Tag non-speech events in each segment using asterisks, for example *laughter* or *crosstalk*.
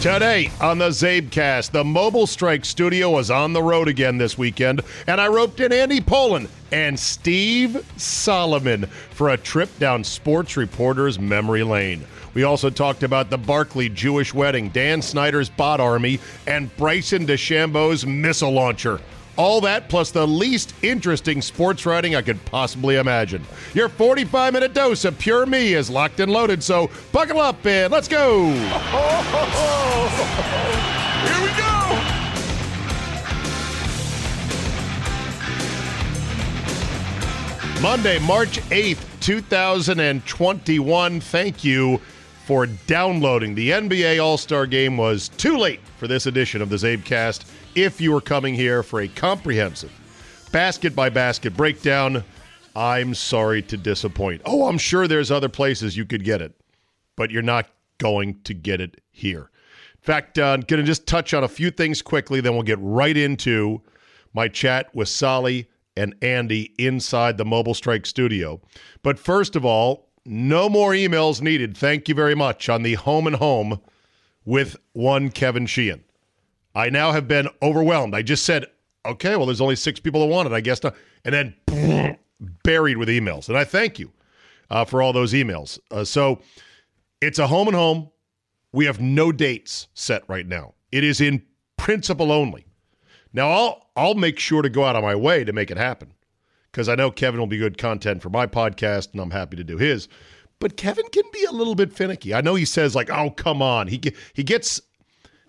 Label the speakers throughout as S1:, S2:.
S1: Today on the Zabecast, the Mobile Strike Studio was on the road again this weekend, and I roped in Andy Poland and Steve Solomon for a trip down sports reporters' memory lane. We also talked about the Barkley Jewish wedding, Dan Snyder's bot army, and Bryson DeChambeau's missile launcher. All that plus the least interesting sports writing I could possibly imagine. Your 45 minute dose of pure me is locked and loaded, so buckle up and let's go!
S2: Here we go!
S1: Monday, March 8th, 2021. Thank you for downloading. The NBA All Star game was too late for this edition of the Zabecast. If you are coming here for a comprehensive basket by basket breakdown, I'm sorry to disappoint. Oh, I'm sure there's other places you could get it, but you're not going to get it here. In fact, uh, I'm going to just touch on a few things quickly, then we'll get right into my chat with Solly and Andy inside the Mobile Strike studio. But first of all, no more emails needed. Thank you very much on the home and home with one Kevin Sheehan. I now have been overwhelmed. I just said, okay, well, there's only six people that want it, I guess not. And then *laughs* buried with emails. And I thank you uh, for all those emails. Uh, so it's a home and home. We have no dates set right now, it is in principle only. Now I'll I'll make sure to go out of my way to make it happen because I know Kevin will be good content for my podcast and I'm happy to do his. But Kevin can be a little bit finicky. I know he says like, "Oh, come on." He ge- he gets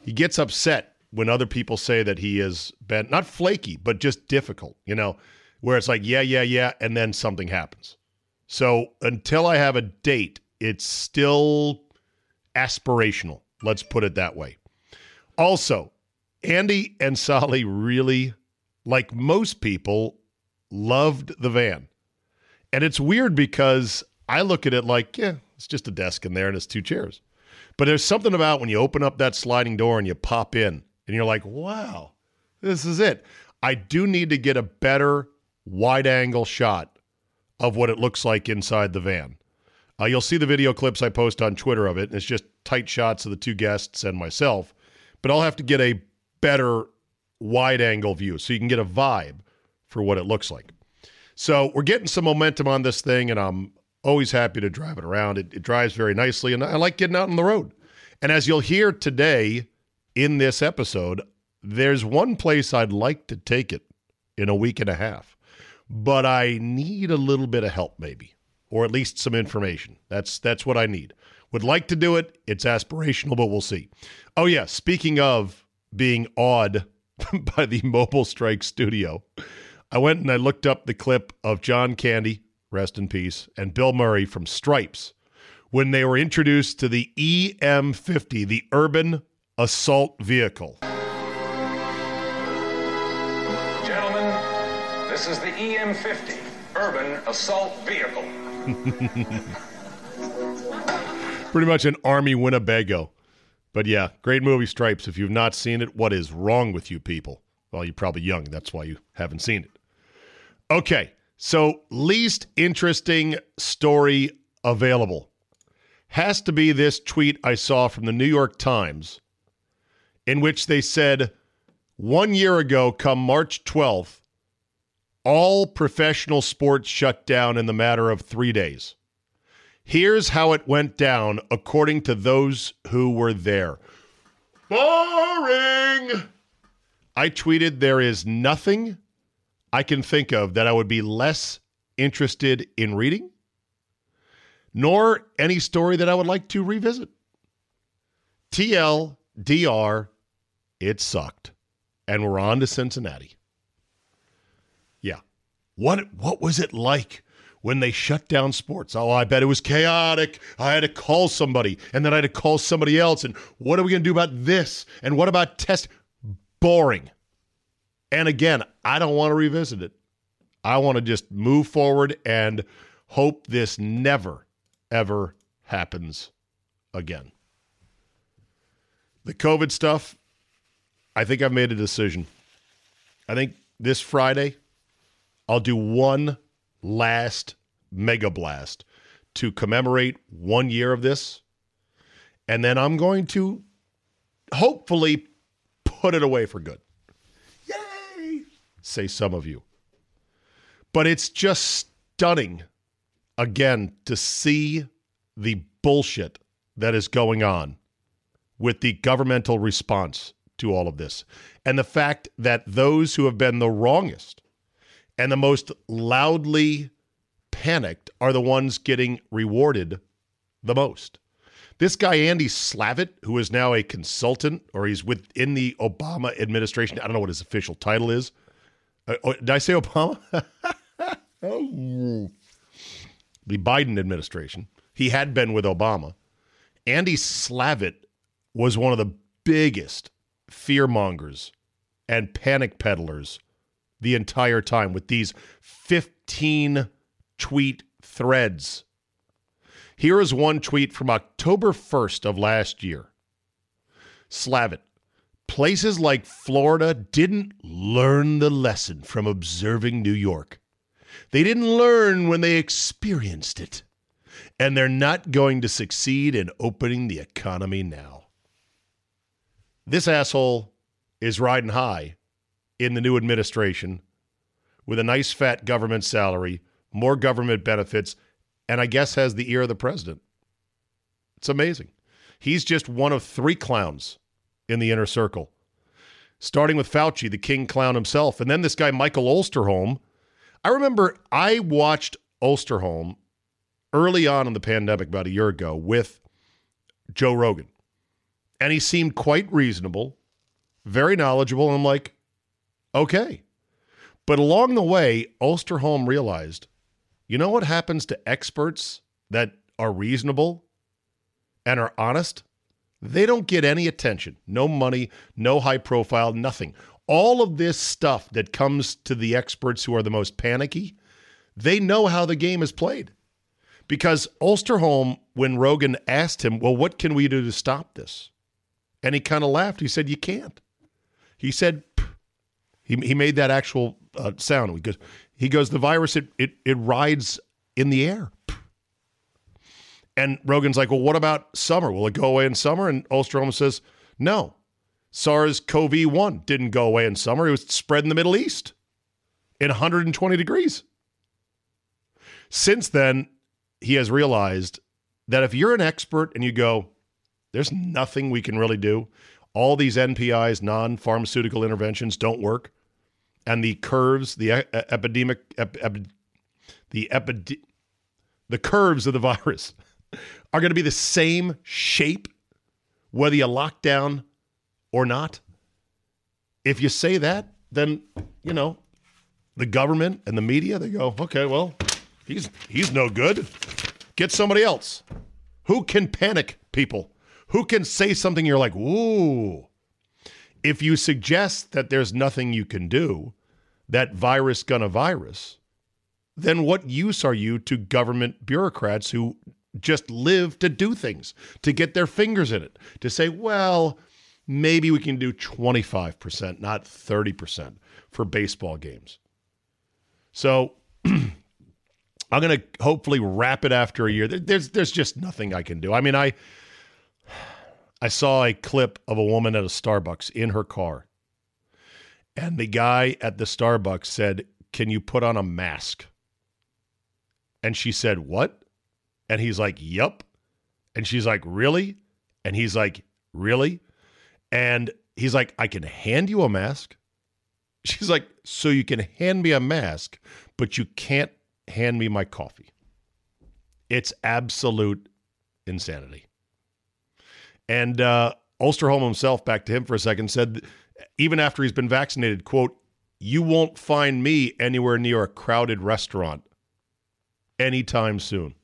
S1: he gets upset when other people say that he is been not flaky, but just difficult, you know, where it's like, "Yeah, yeah, yeah," and then something happens. So, until I have a date, it's still aspirational. Let's put it that way. Also, Andy and Solly really, like most people, loved the van. And it's weird because I look at it like, yeah, it's just a desk in there and it's two chairs. But there's something about when you open up that sliding door and you pop in and you're like, wow, this is it. I do need to get a better wide angle shot of what it looks like inside the van. Uh, you'll see the video clips I post on Twitter of it, and it's just tight shots of the two guests and myself. But I'll have to get a better wide angle view so you can get a vibe for what it looks like. So we're getting some momentum on this thing, and I'm always happy to drive it around. It, it drives very nicely, and I like getting out on the road. And as you'll hear today in this episode, there's one place I'd like to take it in a week and a half, but I need a little bit of help, maybe, or at least some information. That's that's what I need. Would like to do it. It's aspirational, but we'll see. Oh yeah, speaking of being awed *laughs* by the Mobile Strike Studio, I went and I looked up the clip of John Candy, rest in peace, and Bill Murray from Stripes when they were introduced to the EM50, the Urban Assault Vehicle.
S2: Gentlemen, this is the E EM50 Urban Assault Vehicle.
S1: Pretty much an Army Winnebago. But yeah, great movie, Stripes. If you've not seen it, what is wrong with you people? Well, you're probably young. That's why you haven't seen it. Okay, so least interesting story available has to be this tweet I saw from the New York Times in which they said one year ago, come March 12th, all professional sports shut down in the matter of three days. Here's how it went down according to those who were there. Boring! I tweeted, There is nothing I can think of that I would be less interested in reading, nor any story that I would like to revisit. TLDR, it sucked. And we're on to Cincinnati. Yeah. What what was it like when they shut down sports? Oh, I bet it was chaotic. I had to call somebody and then I had to call somebody else and what are we going to do about this? And what about test boring. And again, I don't want to revisit it. I want to just move forward and hope this never ever happens again. The COVID stuff, I think I've made a decision. I think this Friday, I'll do one last mega blast to commemorate one year of this. And then I'm going to hopefully put it away for good. Yay! Say some of you. But it's just stunning, again, to see the bullshit that is going on with the governmental response to all of this. And the fact that those who have been the wrongest and the most loudly panicked are the ones getting rewarded the most. This guy, Andy Slavitt, who is now a consultant or he's within the Obama administration, I don't know what his official title is. Uh, oh, did I say Obama? *laughs* the Biden administration. He had been with Obama. Andy Slavitt was one of the biggest fearmongers and panic peddlers the entire time with these 15 tweet threads. Here is one tweet from October 1st of last year. Slavitt, places like Florida didn't learn the lesson from observing New York. They didn't learn when they experienced it. And they're not going to succeed in opening the economy now. This asshole is riding high in the new administration with a nice fat government salary, more government benefits, and I guess has the ear of the president. It's amazing. He's just one of three clowns in the inner circle, starting with Fauci, the king clown himself, and then this guy, Michael Olsterholm. I remember I watched Olsterholm early on in the pandemic, about a year ago, with Joe Rogan, and he seemed quite reasonable, very knowledgeable, and I'm like, okay. But along the way, Olsterholm realized you know what happens to experts that are reasonable and are honest? They don't get any attention, no money, no high profile, nothing. All of this stuff that comes to the experts who are the most panicky, they know how the game is played. Because Ulsterholm, when Rogan asked him, Well, what can we do to stop this? And he kind of laughed. He said, You can't. He said, "Pff." he, he made that actual uh, sound. He goes, he goes, the virus it it it rides in the air. And Rogan's like, well, what about summer? Will it go away in summer? And Ostrom says, no. SARS-CoV-1 didn't go away in summer. It was spread in the Middle East in 120 degrees. Since then, he has realized that if you're an expert and you go, there's nothing we can really do. All these NPIs, non-pharmaceutical interventions, don't work and the curves, the e- epidemic, ep- ep- the epide- the curves of the *laughs* virus are going to be the same shape, whether you lock down or not. If you say that, then you know the government and the media they go, okay, well, he's he's no good. Get somebody else. Who can panic people? Who can say something you're like, ooh? if you suggest that there's nothing you can do, that virus gonna virus, then what use are you to government bureaucrats who just live to do things, to get their fingers in it, to say, well, maybe we can do 25%, not 30% for baseball games. So *clears throat* I'm going to hopefully wrap it after a year. There- There's there's just nothing I can do. I mean, I I saw a clip of a woman at a Starbucks in her car. And the guy at the Starbucks said, "Can you put on a mask?" And she said, "What?" And he's like, "Yup." And she's like, "Really?" And he's like, "Really?" And he's like, "I can hand you a mask." *laughs* She's like, so you can hand me a mask, but you can't hand me my coffee. It's absolute insanity. And uh, Osterholm himself, back to him for a second, said even after he's been vaccinated, quote, you won't find me anywhere near a crowded restaurant anytime soon.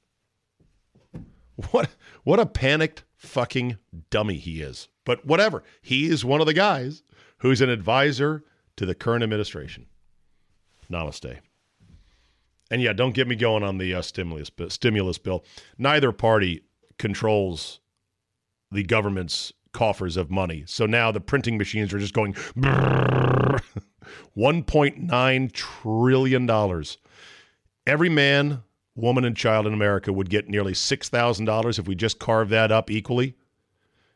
S1: What what a panicked fucking dummy he is. But whatever, he is one of the guys who's an advisor to the current administration. Namaste. And yeah, don't get me going on the uh, stimulus bi- stimulus bill. Neither party controls the government's coffers of money. So now the printing machines are just going *laughs* brrrr. 1.9 trillion dollars. Every man, woman, and child in America would get nearly $6,000 if we just carve that up equally.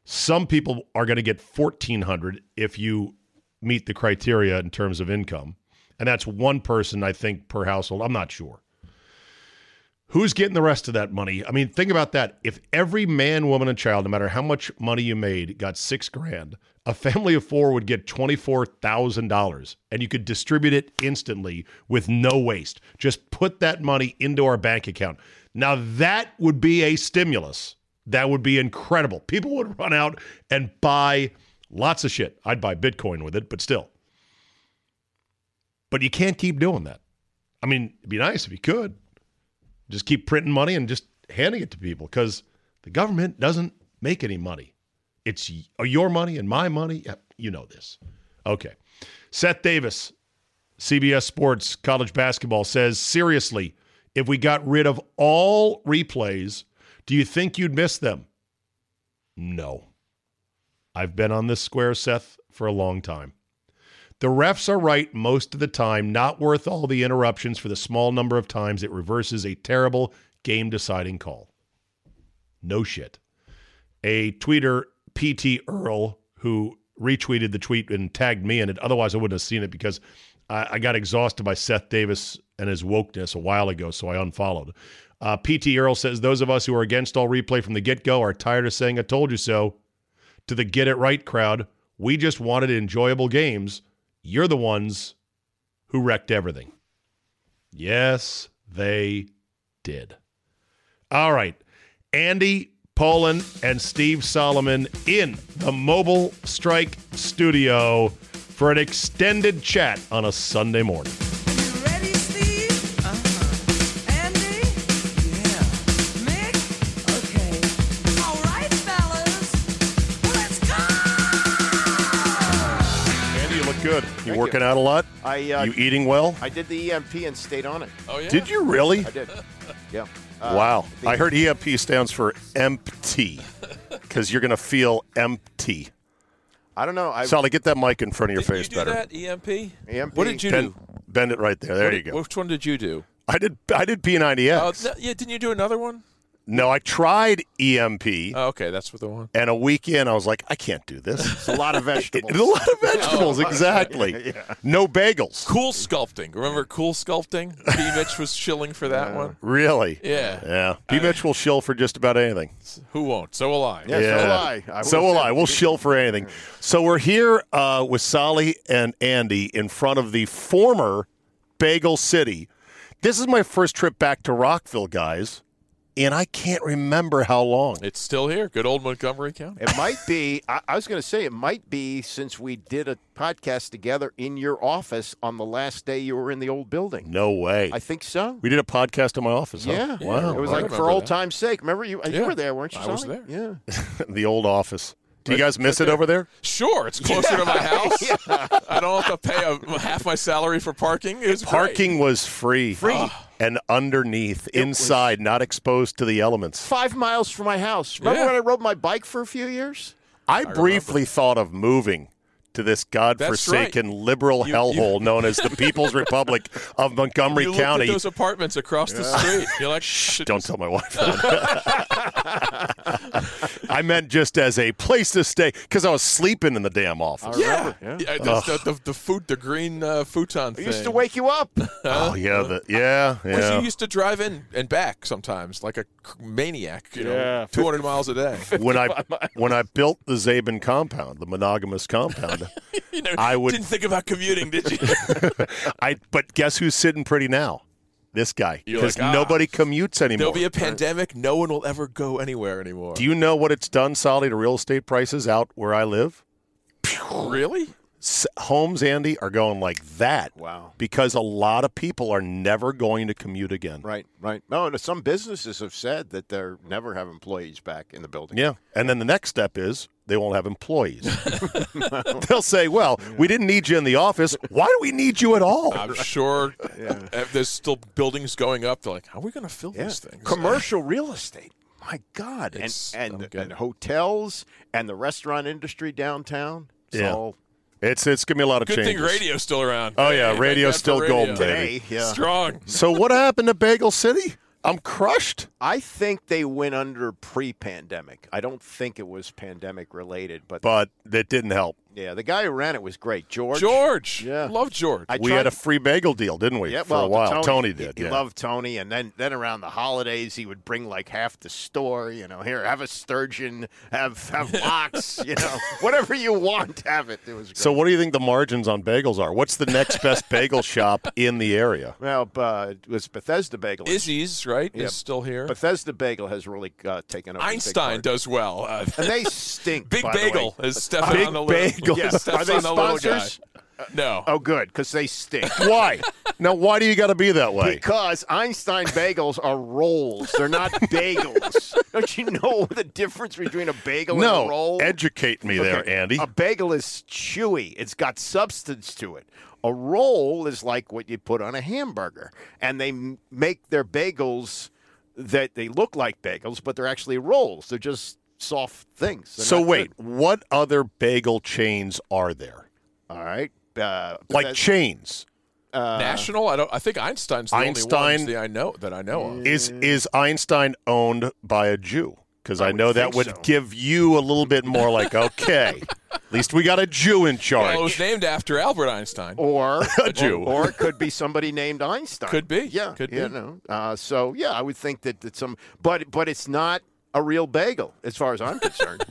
S1: Some people are going to get 1400 if you meet the criteria in terms of income. And that's one person, I think, per household. I'm not sure. Who's getting the rest of that money? I mean, think about that. If every man, woman, and child, no matter how much money you made, got six grand, a family of four would get $24,000 and you could distribute it instantly with no waste. Just put that money into our bank account. Now, that would be a stimulus. That would be incredible. People would run out and buy lots of shit. I'd buy Bitcoin with it, but still. But you can't keep doing that. I mean, it'd be nice if you could just keep printing money and just handing it to people because the government doesn't make any money. It's y- uh, your money and my money. Yep, You know this. Okay. Seth Davis, CBS Sports College Basketball, says seriously, if we got rid of all replays, do you think you'd miss them? No. I've been on this square, Seth, for a long time. The refs are right most of the time, not worth all the interruptions for the small number of times it reverses a terrible game deciding call. No shit. A tweeter, PT Earl, who retweeted the tweet and tagged me in it, otherwise I wouldn't have seen it because I, I got exhausted by Seth Davis and his wokeness a while ago, so I unfollowed. Uh, PT Earl says those of us who are against all replay from the get go are tired of saying, I told you so to the get it right crowd. We just wanted enjoyable games. You're the ones who wrecked everything. Yes, they did. All right. Andy Poland and Steve Solomon in the Mobile Strike studio for an extended chat on a Sunday morning.
S3: Ready, Steve? Uh-huh. Andy? Yeah. Mick? Okay. All right, fellas. Let's go!
S1: Andy, you look good. You working out a lot?
S4: I uh,
S1: you eating well?
S4: I did the EMP and stayed on it.
S5: Oh yeah.
S1: Did you really?
S4: I
S5: *laughs*
S4: did. Yeah. Uh,
S1: Wow.
S4: the-
S1: I heard EMP stands for empty because you're going to feel empty.
S4: I don't know. I
S1: Sally, get that mic in front of your
S5: Did you
S1: face
S5: do
S1: better.
S5: that EMP?
S4: EMP.
S5: What did you
S1: Bend,
S5: do?
S1: bend it right there. There
S5: What
S1: you
S5: did-
S1: go.
S5: Which one did you do?
S1: I did. I did
S5: Oh,
S1: P90X.
S5: th- yeah. Didn't you do another one?
S1: No, I tried EMP,
S5: Oh, okay, that's what the one.
S1: and a week in, I was like, I can't do this.
S4: It's a
S1: *laughs*
S4: lot of vegetables.
S1: It- a lot
S5: *laughs*
S1: of vegetables, exactly. No bagels,
S5: Oh, Cool sculpting. Remember
S1: *laughs*
S5: cool sculpting? P. Mitch was shilling for that one.
S1: really.
S5: Yeah. Uh,
S1: Yeah. P. Mitch will shill for just about anything.
S5: Who won't? So will I.
S4: Yeah. so will I. I
S1: So
S4: will
S1: will
S4: say-
S1: I. We'll shill for anything. So we're here uh, with Solly and Andy in front of the former Bagel City. This is my first trip back to Rockville, guys, and I can't remember how long.
S5: It's still here. Good old Montgomery County.
S4: It might be. I, I was going to say it might be since we did a podcast together in your office on the last day you were in the old building.
S1: No way.
S4: I think so.
S1: we did a podcast in my office. huh?
S4: Yeah.
S1: Wow.
S4: It was
S5: I
S4: like
S5: remember
S4: for old
S5: that.
S4: time's sake. Remember you? You
S5: Yeah.
S4: were there, weren't you?
S5: I was
S4: Sally?
S5: there.
S4: Yeah.
S1: *laughs* the old office. Do you guys miss it over there?
S5: Sure, it's closer to my
S4: *laughs*
S5: house. I don't have to pay a, half my salary for parking. It's great.
S1: Parking was free.
S4: Free.
S1: And underneath, inside, not exposed to the elements.
S4: Five miles from my house. Remember
S5: Yeah.
S4: when I rode my bike for a few years?
S1: I, briefly thought of moving to this godforsaken liberal
S5: You- you-
S1: hellhole *laughs* known as the People's Republic of Montgomery
S5: You looked
S1: County.
S5: at those apartments across the street. You're like, shh,
S1: Don't tell my wife. *laughs* I meant just as a place to stay because I was sleeping in the damn office.
S5: Yeah,
S4: yeah.
S5: yeah. that's the, the, the food, the green uh, futon
S4: I
S5: thing.
S4: used to wake you
S5: *laughs*
S4: up.
S1: Oh yeah, the, yeah,
S5: Because
S1: yeah.
S5: you used to drive in and back sometimes, like a c- maniac. You know,
S4: Yeah.
S5: 200 miles a day.
S1: When I when I built the Zabin compound, the monogamous compound,
S5: *laughs*
S1: *laughs*
S5: you know,
S1: I would-
S5: didn't think about commuting, did you?
S1: I but guess who's sitting pretty now? This guy,
S5: You're
S1: because
S5: like, ah,
S1: nobody commutes anymore.
S5: There'll be a pandemic. No one will ever go anywhere anymore.
S1: Do you know what it's done, Solly, to real estate prices out where I live?
S5: *laughs* really?
S1: S- homes, Andy, are going like that.
S4: Wow.
S1: Because a lot of people are never going to commute again.
S4: Right, right. No, and some businesses have said that they're never have employees back in the building.
S1: Yeah. And then the next step is they won't have
S5: *laughs*
S1: employees. *laughs* They'll say, well, we didn't need you in the office. Why do we need you at all?
S5: I'm sure if there's still buildings going up. They're like, how are we going to fill these things?
S4: Commercial real estate. My God. And
S5: It's-
S4: and,
S5: oh, good.
S4: and hotels and the restaurant industry downtown. It's
S1: Yeah.
S4: all
S1: It's it's going to be a lot of
S5: Good
S1: changes.
S5: thing radio's still around.
S1: Oh, yeah,
S5: Hey, thank
S1: radio's
S5: God for
S1: still
S5: radio.
S1: golden, baby.
S4: Hey, yeah.
S5: Strong.
S1: So what happened to Bagel City? I'm crushed.
S4: I think they went under pre-pandemic. I don't think it was pandemic related, but,
S1: But that didn't help.
S4: yeah, the guy who ran it was great, George.
S5: George.
S4: Yeah.
S5: Love George.
S4: I
S1: we
S4: tried-
S1: had a free bagel deal, didn't we?
S4: yeah,
S1: for
S4: well,
S1: a while.
S4: Tony,
S1: did.
S4: He, he
S1: yeah.
S4: loved Tony, and then then around the holidays, he would bring like half the store. You know, here have a sturgeon,
S1: *laughs*
S4: have have lox, you know, whatever you want, have it. It was great.
S1: so what do you think the margins on bagels are? What's the next best *laughs* bagel shop in the area?
S4: well, uh, it was Bethesda Bagel.
S5: Izzy's, right?
S4: Yeah.
S5: Is still here.
S4: Bethesda Bagel has really uh, taken over. the big
S5: Einstein
S4: part.
S5: does well. Uh,
S4: and they stink.
S5: *laughs* Big
S4: by the way.
S5: Bagel is Stefan
S1: Big
S5: on the
S1: Bagel.
S5: little.
S1: Yeah.
S5: Steph's
S4: Are they
S5: on the little guy.
S4: sponsors?
S5: No.
S4: Oh, good, because they stink.
S5: *laughs*
S1: Why? now why do you got to be that way?
S4: Because Einstein bagels are rolls. They're not
S5: *laughs*
S4: bagels. Don't you know the difference between a bagel and a
S1: no,
S4: roll?
S1: educate me there,
S4: Okay.
S1: Andy.
S4: A bagel is chewy. It's got substance to it. A roll is like what you put on a hamburger. And they m- make their bagels that they look like bagels, but they're actually rolls. They're just soft things. They're
S1: so
S4: not
S1: wait,
S4: good.
S1: what other bagel chains are there?
S4: All right. Uh,
S1: Like
S4: Bethesda-
S1: chains?
S4: Uh,
S5: National? I don't. I think Einstein's the only
S1: Einstein-
S5: one that I know that I know of.
S1: Is is Einstein owned by a Jew? Because I,
S4: Mm. would
S1: know that
S4: think
S1: would
S4: so.
S1: give you a little bit more like, okay, at least we got a Jew
S4: *laughs*
S1: in charge.
S5: Well, it was named after Albert Einstein.
S4: or
S1: *laughs* A Jew.
S4: or, or it could be somebody named Einstein.
S5: Could be.
S4: yeah,
S5: Could
S4: you
S5: be.
S4: know. Uh, so yeah, I would think that, that some, but but it's not a real bagel as far as I'm concerned.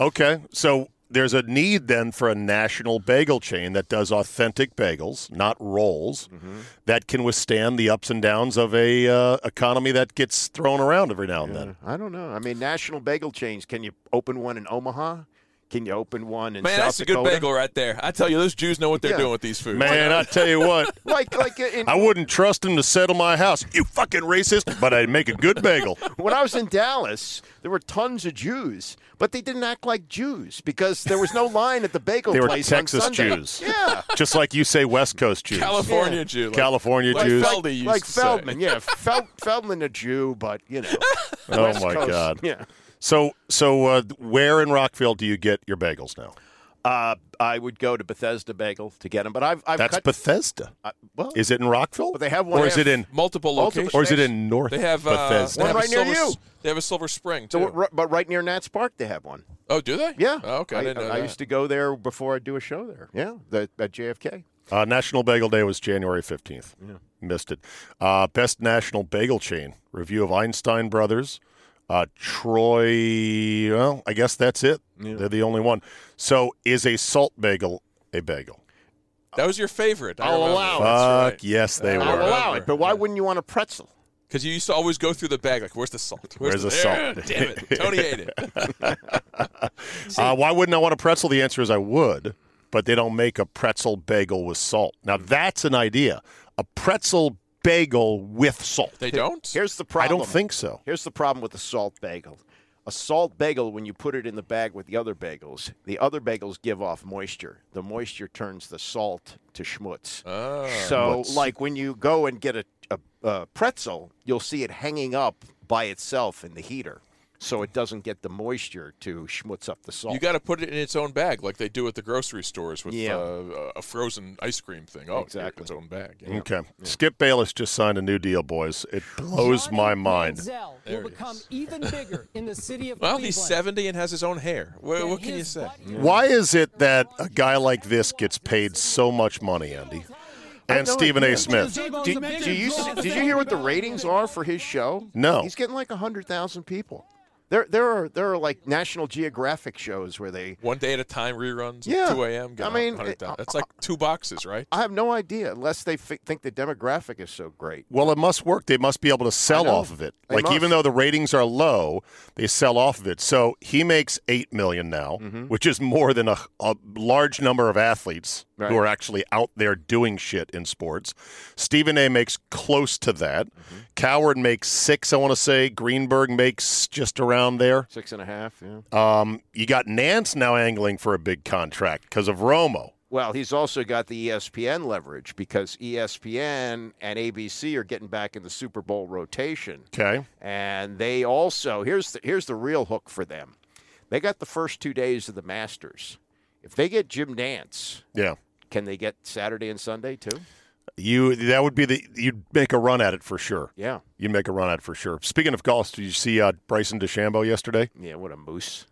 S1: Okay, so there's a need then for a national bagel chain that does authentic bagels, not rolls,
S4: Mm-hmm.
S1: that can withstand the ups and downs of a uh, economy that gets thrown around every now and then.
S4: I don't know. I mean, national bagel chains. Can you open one in Omaha? Can you open one in
S5: Man,
S4: South
S5: that's a good
S4: Dakota?
S5: bagel right there. I tell you, those Jews know what they're
S4: Yeah.
S5: doing with these foods.
S1: Man, I tell you what,
S4: Like like
S1: *laughs*
S4: in,
S1: I wouldn't trust him to settle my house. You fucking racist, but I'd make a good bagel.
S4: when I was in Dallas, there were tons of Jews, but they didn't act like Jews because
S1: *laughs*
S4: there was no line at the bagel
S1: They were
S4: place
S1: Texas
S4: on Sunday.
S1: Jews.
S4: Yeah.
S1: Just like you say West Coast Jews.
S5: California Jew. Like,
S1: California *laughs*
S5: like
S1: Jews.
S5: Feldy used
S4: like
S5: to say.
S4: Feldman, yeah, Fel- Feldman a Jew, but you know,
S1: *laughs* Oh
S4: West
S1: my
S4: Coast,
S1: God.
S4: yeah.
S1: So, so uh, where in Rockville do you get your bagels now?
S4: Uh, I would go to Bethesda Bagel to get them, but I've, I've
S1: That's
S4: cut.
S1: Bethesda.
S4: uh, well,
S1: Is it in Rockville?
S4: Well, they have one
S1: Or is
S4: in-
S1: it in
S5: Multiple
S4: Multiple-
S5: locations.
S1: Or is it in North
S5: They have uh,
S1: Bethesda?
S5: They have a
S4: right near
S5: silver,
S4: you.
S5: They have a Silver Spring too.
S4: so, ri- but right near Nats Park, they have one.
S5: oh, do they?
S4: Yeah.
S5: Oh, okay. I,
S4: I,
S5: didn't know
S4: I
S5: that.
S4: used to go there before I do a show there. Yeah. The, at JFK.
S1: Uh, National Bagel Day was January 15th. Missed it. Uh, best National Bagel Chain review of Einstein Brothers. Uh, Troy, well, I guess that's it. They're the only one. So is a salt bagel a bagel?
S5: that was your favorite. I
S4: I'll
S5: remember.
S4: allow it.
S1: Fuck
S5: Oh, That's right.
S1: yes, they
S5: Uh,
S4: I'll
S1: were.
S5: well,
S4: allow it, but why wouldn't you want a pretzel?
S5: Because you used to always go through the bag like, "Where's the salt?
S1: Where's the
S5: There,
S1: salt?
S5: *laughs* Damn it! Tony ate it.
S1: Uh, why wouldn't I want a pretzel? The answer is I would, but they don't make a pretzel bagel with salt. Now that's an idea. A pretzel bagel with salt.
S5: They don't.
S4: Here's the
S1: I
S4: problem.
S1: don't think so.
S4: Here's the problem with the salt bagel. A salt bagel, when you put it in the bag with the other bagels, the other bagels give off moisture. The moisture turns the salt to schmutz.
S5: Ah,
S4: so, like when you go and get a, a, a pretzel, you'll see it hanging up by itself in the heater, so it doesn't get the moisture to schmutz up the salt.
S5: You got to put it in its own bag, like they do at the grocery stores with
S4: Yeah.
S5: uh, a frozen ice cream thing. Oh,
S4: Exactly.
S5: exactly. its own bag. yeah.
S1: Okay. Skip Bayless just signed a new deal, boys. It blows my mind.
S6: Manziel
S5: There it
S6: will become
S5: is.
S6: even bigger in the city of
S5: Well,
S6: Cleveland.
S5: he's 70 and has his own hair. What,
S6: than
S5: what can you
S6: his
S5: say?
S6: buddy-
S1: Why is it that a guy like this gets paid so much money, Andy? And Stephen A. Smith.
S6: J-Bone's
S4: Did,
S6: a bigger
S4: do you,
S6: draw
S4: did you
S6: than-
S4: hear what the ratings are for his show?
S1: No.
S4: He's getting like 100,000 people. There, there are there are like National Geographic shows where they
S5: One day at a time reruns. at
S4: Yeah.
S5: 2 a.m.
S4: I
S5: I
S4: mean,
S5: mean,
S4: it-
S5: that's like two boxes, right?
S4: I have no idea unless they fi- think the demographic is so great.
S1: Well, it must work. They must be able to sell
S4: know.
S1: off of it.
S4: They
S1: like
S4: must.
S1: even though the ratings are low, they sell off of it. So he makes eight million now,
S4: Mm-hmm.
S1: which is more than a, a large number of athletes
S4: Right.
S1: who are actually out there doing shit in sports. Stephen A. makes close to that.
S4: Mm-hmm.
S1: Coward makes six, I want to say. Greenberg makes just around there.
S4: Six and a half. Yeah.
S1: Um, you got Nance now angling for a big contract because of Romo.
S4: Well, he's also got the E ESPN leverage because E ESPN and ABC are getting back in the Super Bowl rotation.
S1: Okay.
S4: And they also here's the here's the real hook for them. They got the first two days of the Masters. If they get Jim Nance,
S1: Yeah.
S4: can they get Saturday and Sunday too?
S1: You that would be the you'd make a run at it for sure.
S4: Yeah.
S1: You make a run at it for sure. Speaking of golf, did you see uh, Bryson DeChambeau yesterday?
S4: Yeah, what a moose.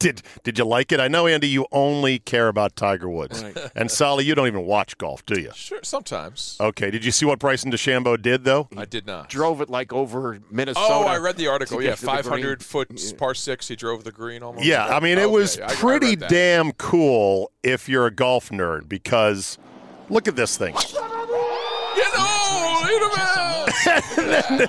S1: Did Did you like it? I know, Andy, you only care about Tiger Woods, *laughs* and Sally, you don't even watch golf, do you?
S5: Sure, sometimes.
S1: Okay. Did you see what Bryson DeChambeau did though?
S5: I did not.
S4: Drove it like over Minnesota.
S5: Oh, I read the article.
S4: to get
S5: Yeah,
S4: to the green.
S5: 500 foot par six. He drove the green almost.
S1: Yeah, I mean, it
S5: Okay,
S1: was
S5: yeah, I- I read
S1: pretty
S5: that.
S1: damn cool if you're a golf nerd because look at this thing.
S5: Get on, hit him out.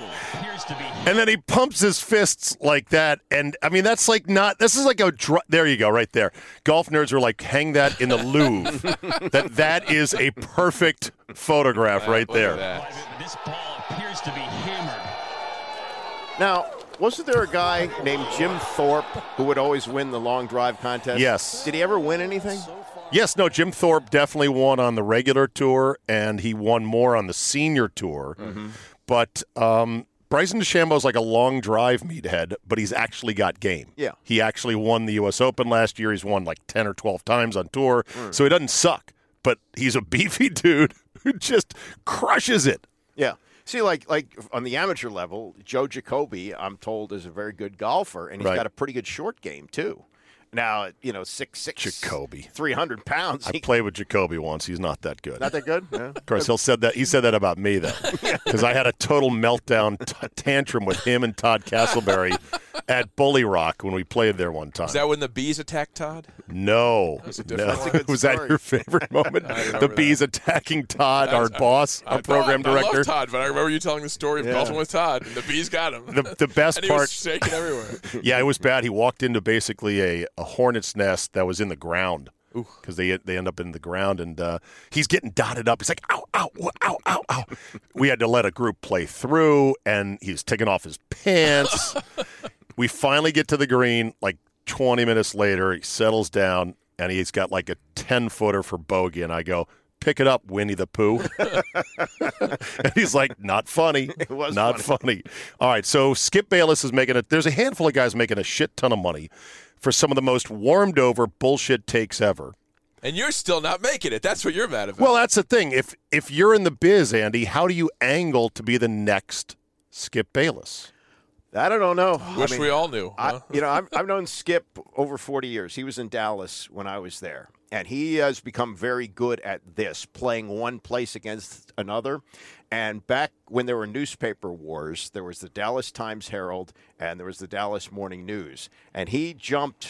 S1: And then he pumps his fists like that. And I mean, that's like not, this is like a, dr- there you go, right there. Golf nerds were like, hang that in the
S5: *laughs*
S1: Louvre. that That is a perfect photograph right
S5: Look
S1: there.
S5: at that.
S7: This ball appears to be hammered.
S4: Now, wasn't there a guy named Jim Thorpe who would always win the long drive contest?
S1: Yes.
S4: Did he ever win anything?
S1: Yes, no, Jim Thorpe definitely won on the regular tour and he won more on the senior tour.
S4: Mm-hmm.
S1: But um, Bryson DeChambeau's like a long drive meathead, but he's actually got game.
S4: Yeah.
S1: He actually won the U.S. Open last year. He's won like 10 or 12 times on tour.
S4: Mm.
S1: So he doesn't suck, but he's a *laughs* beefy dude who just crushes it.
S4: Yeah. See, like like on the amateur level, Joe Jacoby, I'm told, is a very good golfer, and he's
S1: Right.
S4: got a pretty good short game too. Now, you know, six six,
S1: Jacoby.
S4: three hundred pounds.
S1: I
S4: He-
S1: played with Jacoby once. He's not that good.
S4: *laughs* not that good. Yeah.
S1: of course, he said that he said that about me though, because I had a total meltdown t- tantrum with him and Todd Castleberry at Bully Rock when we played there one time.
S5: Is that when the bees attacked Todd?
S1: no,
S5: was a
S1: no.
S5: different one. That's a
S4: good
S1: was that
S4: story.
S1: your favorite
S5: *laughs*
S1: moment?
S5: remember
S1: the
S5: that.
S1: bees attacking Todd, our boss,
S5: I
S1: our
S5: thought-
S1: program
S5: I
S1: director.
S5: love Todd, but I remember you telling the story of golfing with Todd, and the bees got him. *laughs*
S1: The- the best
S5: and he
S1: part-
S5: was shaking everywhere.
S1: *laughs* yeah, it was bad. He walked into basically a, a hornet's nest that was in the ground because they they end up in the ground, and uh, he's getting dotted up. He's like, ow, ow, ow, ow, ow, ow. we had to let a group play through, and he's taking off his pants. we finally get to the green. Like 20 minutes later, he settles down, and he's got like a 10 footer for bogey, and I go. Pick it up, Winnie the Pooh. *laughs* and he's like, not funny. *laughs* It
S4: was
S1: not funny funny. All right, so Skip Bayless is making it. There's a handful of guys making a shit ton of money for some of the most warmed over bullshit takes ever.
S5: And you're still not making it. That's what you're mad about.
S1: Well, that's the thing. If if you're in the biz, Andy, how do you angle to be the next Skip Bayless?
S4: I don't know.
S5: *laughs* Wish
S4: I mean,
S5: we all knew.
S4: I,
S5: huh?
S4: you know, I've, I've known Skip over 40 years. He was in Dallas when I was there, and he has become very good at this, playing one place against another. And back when there were newspaper wars, there was the Dallas Times Herald and there was the Dallas Morning News, and he jumped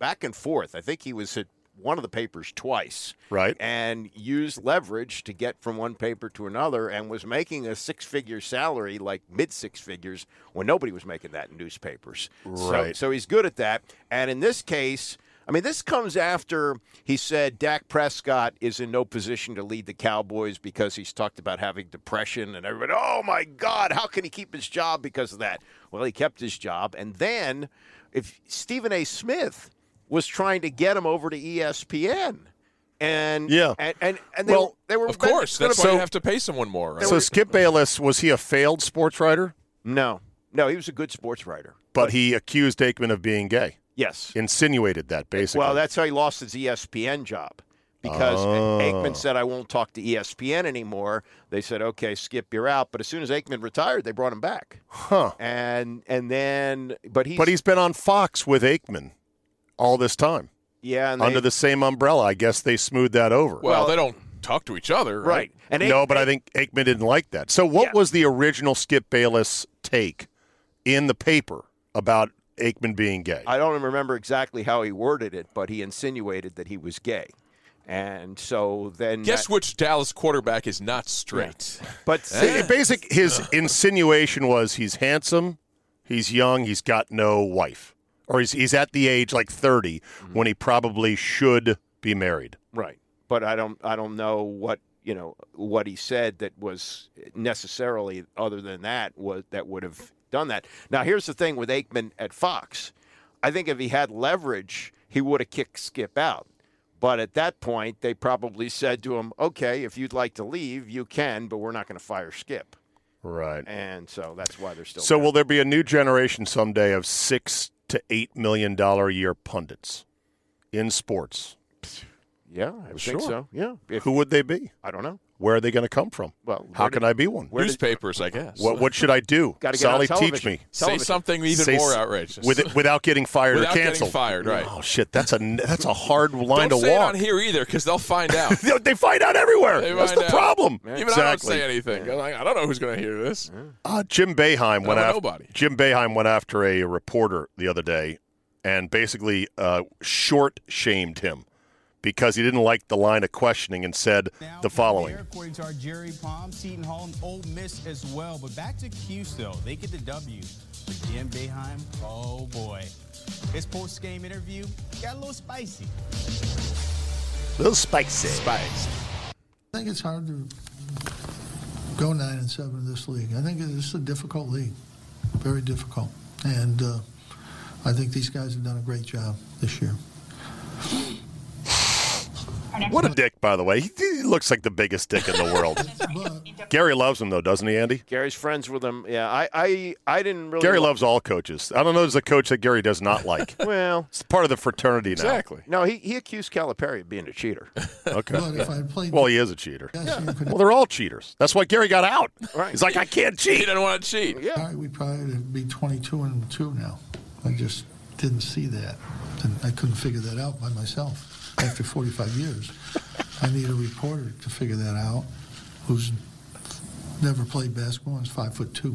S4: back and forth. I think he was at one of the papers twice,
S1: Right.
S4: And used leverage to get from one paper to another, and was making a six-figure salary, like mid-six figures, when nobody was making that in newspapers. So-
S1: Right.
S4: So, he's good at that. And in this case, I mean, this comes after he said Dak Prescott is in no position to lead the Cowboys because he's talked about having depression, and everybody, oh my God, how can he keep his job because of that? Well, he kept his job, and then. if Stephen A. Smith was trying to get him over to E ESPN, and
S1: Yeah.
S4: and and, and they,
S1: Well,
S4: were- they were
S5: Of course, that's why
S4: so,
S5: you have to pay someone more. Right?
S1: So Skip Bayless was he a failed sports writer?
S4: no, no, he was a good sports writer,
S1: But he accused Aikman of being gay,
S4: yes,
S1: insinuated that basically.
S4: Well, that's how he lost his E ESPN job because
S1: Oh.
S4: Aikman said, I won't talk to E ESPN anymore. They said, okay, Skip, you're out. But as soon as Aikman retired, they brought him back.
S1: huh?
S4: And and then, but he's,
S1: But he's been on Fox with Aikman all this time
S4: yeah, and
S1: under
S4: they-
S1: the same umbrella. I guess they smoothed that over.
S5: well, they don't talk to each other,
S4: right.
S5: right?
S4: And
S1: no,
S4: Aikman-
S1: but I think Aikman didn't like that. So what
S4: Yeah.
S1: was the original Skip Bayless take in the paper about Aikman being gay?
S4: I don't remember exactly how he worded it, but he insinuated that he was gay. And so then,
S5: Guess
S4: that-
S5: which Dallas quarterback is not straight?
S4: but
S1: It- it basic his insinuation was he's handsome, he's young, he's got no wife, or he's he's at the age like 30
S4: Mm-hmm.
S1: when he probably should be married.
S4: Right. But I don't I don't know what you know what he said that was necessarily other than that was that would have done that. Now here's the thing with Aikman at Fox. I think if he had leverage, he would have kicked Skip out. But at that point, they probably said to him, "Okay, if you'd like to leave, you can, but we're not going to fire Skip."
S1: Right.
S4: And so that's why they're still
S1: So
S4: there.
S1: will there be a new generation someday of 6 to 8 million dollar a year pundits in sports?
S4: yeah, I would think
S5: Sure.
S4: so. Yeah, if,
S1: Who would they be?
S4: I don't know.
S1: Where are they going to come from?
S4: Well, where
S1: how
S4: did-
S1: can I be one?
S4: Where did-
S5: Newspapers, I guess.
S1: What what should I do?
S4: Got to get on
S1: Sally, teach
S4: television.
S1: me.
S5: Say
S4: Television.
S5: something even
S1: Say
S5: more
S1: s-
S5: outrageous.
S1: With it, without getting fired
S5: Without
S1: or
S5: getting
S1: canceled.
S5: fired, right.
S1: Oh shit, that's a that's a hard line
S5: don't
S1: to
S5: say it
S1: walk.
S5: on here either, because
S1: *laughs*
S5: they'll find out.
S1: They- They find out everywhere.
S5: They
S1: That's
S5: find
S1: the
S5: out.
S1: problem.
S5: Even I don't say anything. I'm like, I don't know who's going to hear this.
S1: Uh, Jim Beheim went
S5: a
S1: after
S5: nobody.
S1: Jim Beheim went after a reporter the other day and basically uh, short shamed him because he didn't like the line of questioning and said
S8: now
S1: *laughs* the
S8: from
S1: following.
S8: there, according to our Jerry Palm, Seton Hall, and Ole Miss as well. But back to Cuse, though. They get the W. But Jim Beheim, oh boy. His post game interview got a little spicy.
S1: Little spicy.
S9: I think it's hard to go nine and seven in this league. I think this is a difficult league, very difficult, and uh, I think these guys have done a great job this year.
S1: What a dick, by the way. He, he looks like the biggest dick in the world.
S9: But
S1: Gary loves him though, doesn't he, Andy?
S4: Gary's friends with him. Yeah, I I, I didn't really
S1: Gary
S4: lo-
S1: loves all coaches. I don't know. There's a coach that Gary does not like.
S4: Well,
S1: It's part of the fraternity now.
S5: Exactly.
S4: No, he, he accused Calipari of being a cheater. *laughs*
S1: Okay.
S9: but if I had played,
S1: Well, he is a cheater.
S9: the guys here, could-
S1: Well, they're all cheaters. That's why Gary got out.
S4: Right.
S1: He's like, I can't
S5: He *laughs*
S1: cheat.
S5: didn't want to cheat.
S9: all right, we probably would be 22 and two now. I just didn't see that, and I couldn't figure that out by myself. After 45 years, I need a reporter to figure that out, who's never played basketball and is five foot two.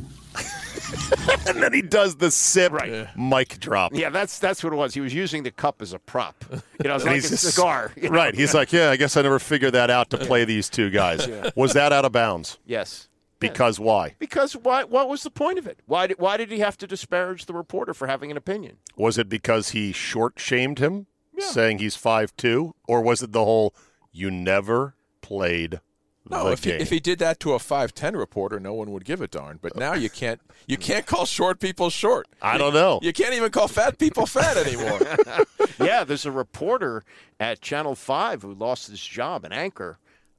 S1: And then he does the sip mic drop.
S4: yeah, that's that's what it was. He was using the cup as a prop. You
S5: *laughs*
S4: know,
S1: And
S4: it's like a
S1: he's just-
S4: cigar. you know?
S1: *laughs* Right. He's like, yeah, I guess I never figured that out to play these two guys. *laughs* Was that out of bounds?
S4: Yes.
S1: Because why?
S4: Because why? What was the point of it? Why did why did he have to disparage the reporter for having an
S5: *laughs*
S4: opinion?
S1: Was it because he short shamed him, saying he's five two, Or was it the whole, you never played
S5: No,
S1: the
S5: if he,
S1: game?
S5: if he did that to a five ten reporter, no one would give a darn. But now you can't you can't call short people short.
S1: I don't know.
S5: You can't even call fat
S1: *laughs*
S5: people fat anymore.
S4: yeah, there's a reporter at Channel Five who lost his job, an anchor.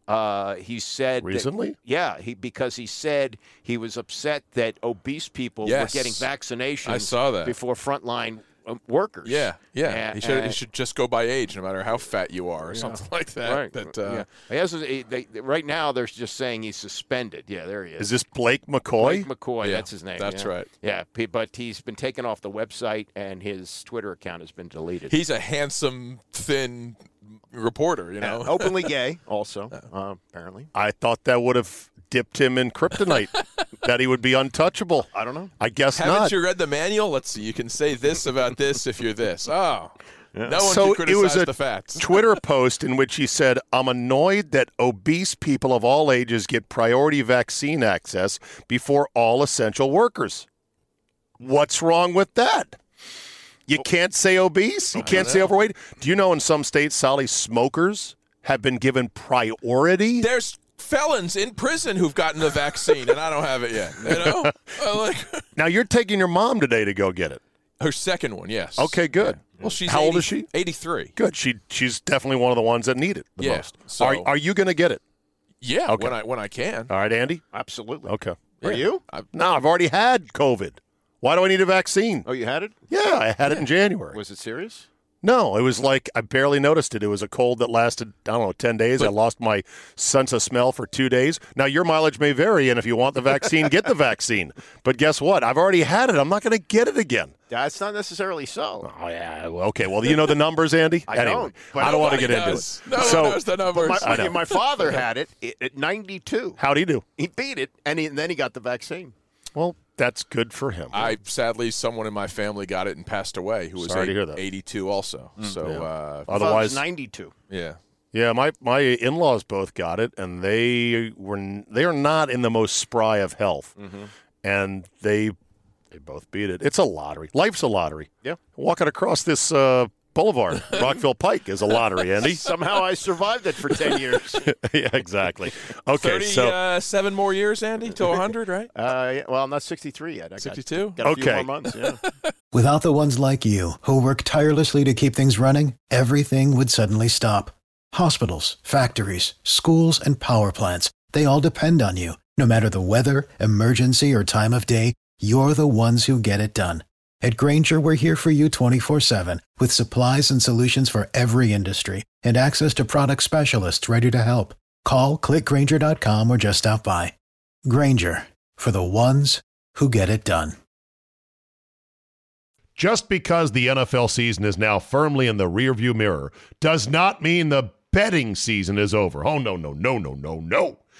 S4: Uh, he said that-
S1: Recently?
S4: yeah, he because he said he was upset that obese people
S5: Yes.
S4: were getting vaccinations.
S5: I saw that.
S4: before frontline um, workers.
S5: yeah, yeah.
S4: And-
S5: he should he
S4: and-
S5: should just go by age, no matter how fat you are, or something like that.
S4: Right.
S5: That uh,
S4: yeah. He has- he- they- they- right now, they're just saying he's suspended. Yeah, there he is.
S1: Is this Blake McCoy?
S4: Blake McCoy,
S5: Yeah,
S4: that's his name.
S5: that's
S4: yeah.
S5: right.
S4: Yeah, he- but he's been taken off the website and his Twitter account has been deleted. *laughs*
S5: he's a handsome, thin reporter. You know,
S1: Oh,
S4: openly
S5: *laughs*
S4: gay, also uh, apparently.
S1: I thought that would have dipped him in
S5: *laughs*
S1: kryptonite, that he would be untouchable.
S4: I don't know.
S1: I guess
S5: Haven't
S1: not.
S5: you read the manual? Let's see. You can say this about this if
S1: *laughs*
S5: you're this. Oh, no one
S1: so it
S5: can criticize
S1: was a
S5: the facts. *laughs*
S1: Twitter post in which he said, "I'm annoyed that obese people of all ages get priority vaccine access before all essential workers." What's wrong with that? You
S5: Oh.
S1: can't say obese. You can't say overweight. Do you know in some states, Sally, smokers have been given priority?
S5: There's felons in prison who've gotten
S1: *laughs*
S5: the vaccine, and I don't have it yet. You know, I'm like,
S1: Now you're taking your mom today to go get it.
S5: Her second one, yes.
S1: Okay, good.
S5: Well, she's
S1: how old
S5: 80
S1: is she?
S5: 83.
S1: Good. She she's definitely one of the ones that need it the
S5: Yeah,
S1: most.
S5: so-
S1: are, are you going to get it?
S5: Yeah,
S1: Okay.
S5: when I when I can.
S1: All right, Andy.
S4: Absolutely.
S1: Okay.
S4: Are you?
S1: No, I've already had COVID. Why do I need a vaccine?
S4: Oh, you had it?
S1: Yeah, I had it in January.
S4: Was it serious?
S1: No, it was like I barely noticed it. It was a cold that lasted, I don't know, 10 days. I lost my sense of smell for two days. Now, your mileage may vary, and if you want the vaccine, get the vaccine. But guess what? I've already had it. I'm not going to get it again.
S4: That's not necessarily so.
S1: Oh, yeah. well, Okay. Well, you know the numbers, Andy?
S4: I
S1: Anyway,
S4: don't, but
S1: I don't want to get
S5: Nobody
S1: into
S5: does.
S1: it.
S5: No one
S1: so,
S5: knows the numbers.
S4: My,
S1: I know.
S4: my father had it i- at 92.
S1: how do you do?
S4: He beat it, and, he, and then he got the vaccine.
S1: Well, that's good for him.
S5: I sadly someone in my family got it and passed away who was
S1: Sorry to
S5: eight-
S1: hear that.
S5: 82 also. So uh,
S4: My father was
S1: Otherwise,
S4: 92.
S5: yeah.
S1: Yeah, my my in-laws both got it, and they were n- they are not in the most spry of health,
S4: Mm-hmm.
S1: and they they both beat it. It's a lottery. Life's a lottery.
S4: Yeah.
S1: walking across this uh, boulevard, Rockville Pike, is a lottery, Andy.
S4: *laughs* Somehow I survived it for
S5: *laughs*
S4: 10 years.
S1: *laughs* yeah, exactly. Okay,
S5: 30,
S1: so
S5: uh, seven more years, Andy, to 100, right?
S4: Uh, yeah, well, I'm not 63 yet. I
S5: 62?
S4: Got, got a few
S1: Okay.
S4: more months, yeah.
S10: Without the ones like you, who work tirelessly to keep things running, everything would suddenly stop. Hospitals, factories, schools, and power plants, they all depend on you. No matter the weather, emergency, or time of day, you're the ones who get it done. At Granger, we're here for you 24 7 with supplies and solutions for every industry and access to product specialists ready to help. Call clickgranger.com or just stop by. Granger for the ones who get it done.
S11: Just because the NFL season is now firmly in the rearview mirror does not mean the betting season is over. Oh, no, no, no, no, no, no.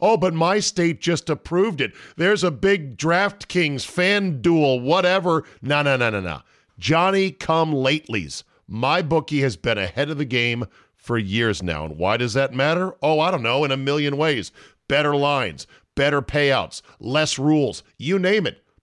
S11: Oh, but my state just approved it. There's a big DraftKings, FanDuel, whatever. No, no, no, no, no. Johnny come latelys. My bookie has been ahead of the game for years now. And why does that matter? Oh, I don't know, in a million ways. Better lines, better payouts, less rules, you name it.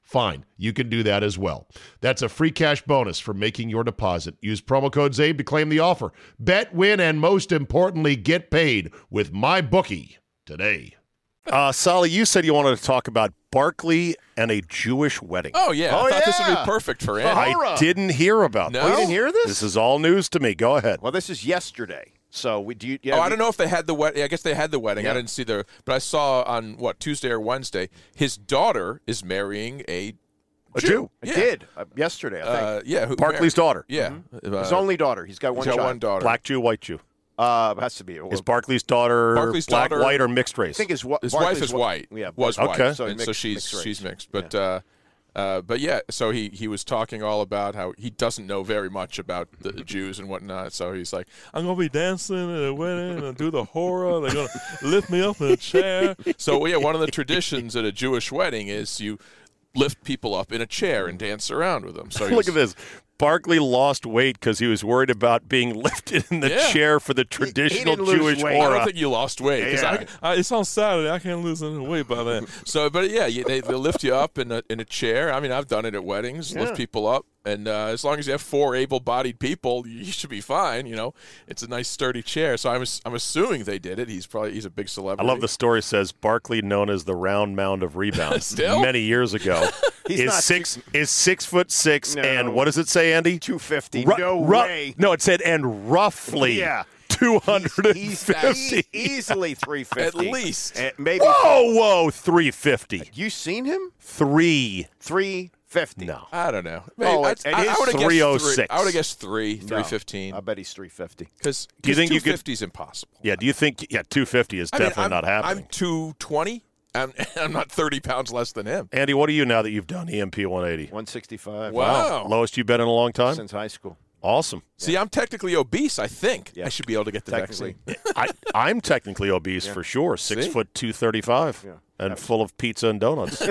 S11: Fine, you can do that as well. That's a free cash bonus for making your deposit. Use promo code ZABE to claim the offer. Bet, win, and most importantly, get paid with my bookie today.
S1: uh, Sally, you said you wanted to talk about Barkley and a Jewish wedding.
S5: Oh, yeah.
S4: Oh,
S5: I thought this would
S4: yeah.
S5: be perfect for Andy.
S1: I
S4: Torah.
S1: didn't hear about.
S5: No?
S1: that.
S5: Oh, you
S4: didn't hear this?
S1: This is all news to me. Go ahead.
S4: Well, this is yesterday. So we do. You, yeah,
S5: Oh, I
S4: we-
S5: don't know if they had the wedding. I guess they had the wedding.
S4: Yeah.
S5: I didn't see the, but I saw on what Tuesday or Wednesday, his daughter is marrying a,
S1: A Jew.
S4: I
S5: Yeah.
S4: did uh, yesterday. I think
S5: uh, yeah, who,
S1: Barkley's daughter.
S5: yeah, uh,
S4: his only daughter. He's got one
S5: he's got
S4: child.
S5: one daughter.
S1: Black Jew, white Jew.
S4: Uh, has to be. Well,
S1: Is Barkley's daughter
S5: Barkley's
S1: black,
S5: daughter-
S1: white, or mixed race?
S4: I think his, wa-
S5: His
S4: Barkley's
S5: wife is
S4: wa-
S5: white.
S4: Yeah, Barkley's-
S5: was white.
S1: Okay.
S5: So,
S4: So,
S5: and so
S4: mixed-
S5: she's
S4: mixed race.
S5: she's mixed. But uh, uh, but yeah, so he he was talking all about how he doesn't know very much about the Jews and whatnot. So he's like, I'm gonna be dancing at a wedding and do the horror. They're gonna lift me up in a chair. So yeah, one of the traditions at a Jewish wedding is you lift people up in a chair and dance around with
S1: *laughs*
S5: them. So he
S1: Look
S5: was-
S1: at this. Barkley lost weight because he was worried about being *laughs* lifted in the
S5: Yeah.
S1: chair for the traditional
S4: didn't lose
S1: Jewish
S4: weight. I
S5: I
S1: aura.
S5: don't think you lost weight. 'cause I-
S4: Yeah.
S5: I- it's on Saturday. I can't lose any weight by
S1: *laughs*
S5: then. So, but yeah, you, they, they lift you up in a, in a chair. I mean, I've done it at weddings. Lift people up, and uh, as long as you have four able-bodied people, you *laughs* should be fine. You know, it's a nice sturdy chair. So I'm ass- I'm assuming they did it. He's probably he's a big
S1: I
S5: celebrity.
S1: love the story says Barkley, known as the round mound of
S4: *laughs*
S1: rebounds,
S5: Still?
S1: many years ago,
S4: He's
S1: is
S4: not
S1: six is six foot six,
S4: No.
S1: and what does it say, Andy?
S4: 250.
S1: Ru-
S4: no
S1: ru-
S4: way.
S1: No, it said and roughly
S4: Yeah.
S1: two hundred and
S4: He's
S1: fifty.
S4: e- *laughs* easily 350.
S5: At least.
S4: Uh, maybe.
S1: Whoa, whoa, three fifty.
S4: You seen him?
S1: Three
S4: 350. fifty.
S5: No, I don't know. Maybe,
S4: Oh,
S5: I,
S4: it- it
S5: I,
S4: is
S5: I would've guessed
S1: 306.
S5: I would have guessed three,
S4: No,
S5: three fifteen.
S4: I bet he's three fifty.
S5: Because
S1: Do you think you could-
S5: 250 is impossible.
S1: Yeah, do you think yeah, 250 is
S5: I mean,
S1: definitely
S5: I'm-
S1: not happening.
S5: I'm two twenty. I'm, *laughs* I'm not thirty pounds less than him.
S1: Andy, what are you now that you've done E EMP 180?
S4: 165.
S5: Wow.
S1: Lowest you've been in a long time?
S4: Since high school.
S1: Awesome.
S5: See, I'm technically obese. I think I should be able to get the
S1: Technically.
S5: vaccine.
S1: I, I'm technically obese
S5: Yeah.
S1: for sure. Six
S5: See?
S1: foot two thirty five,
S5: Yeah.
S1: and full of pizza and
S4: *laughs*
S1: donuts.
S5: *laughs*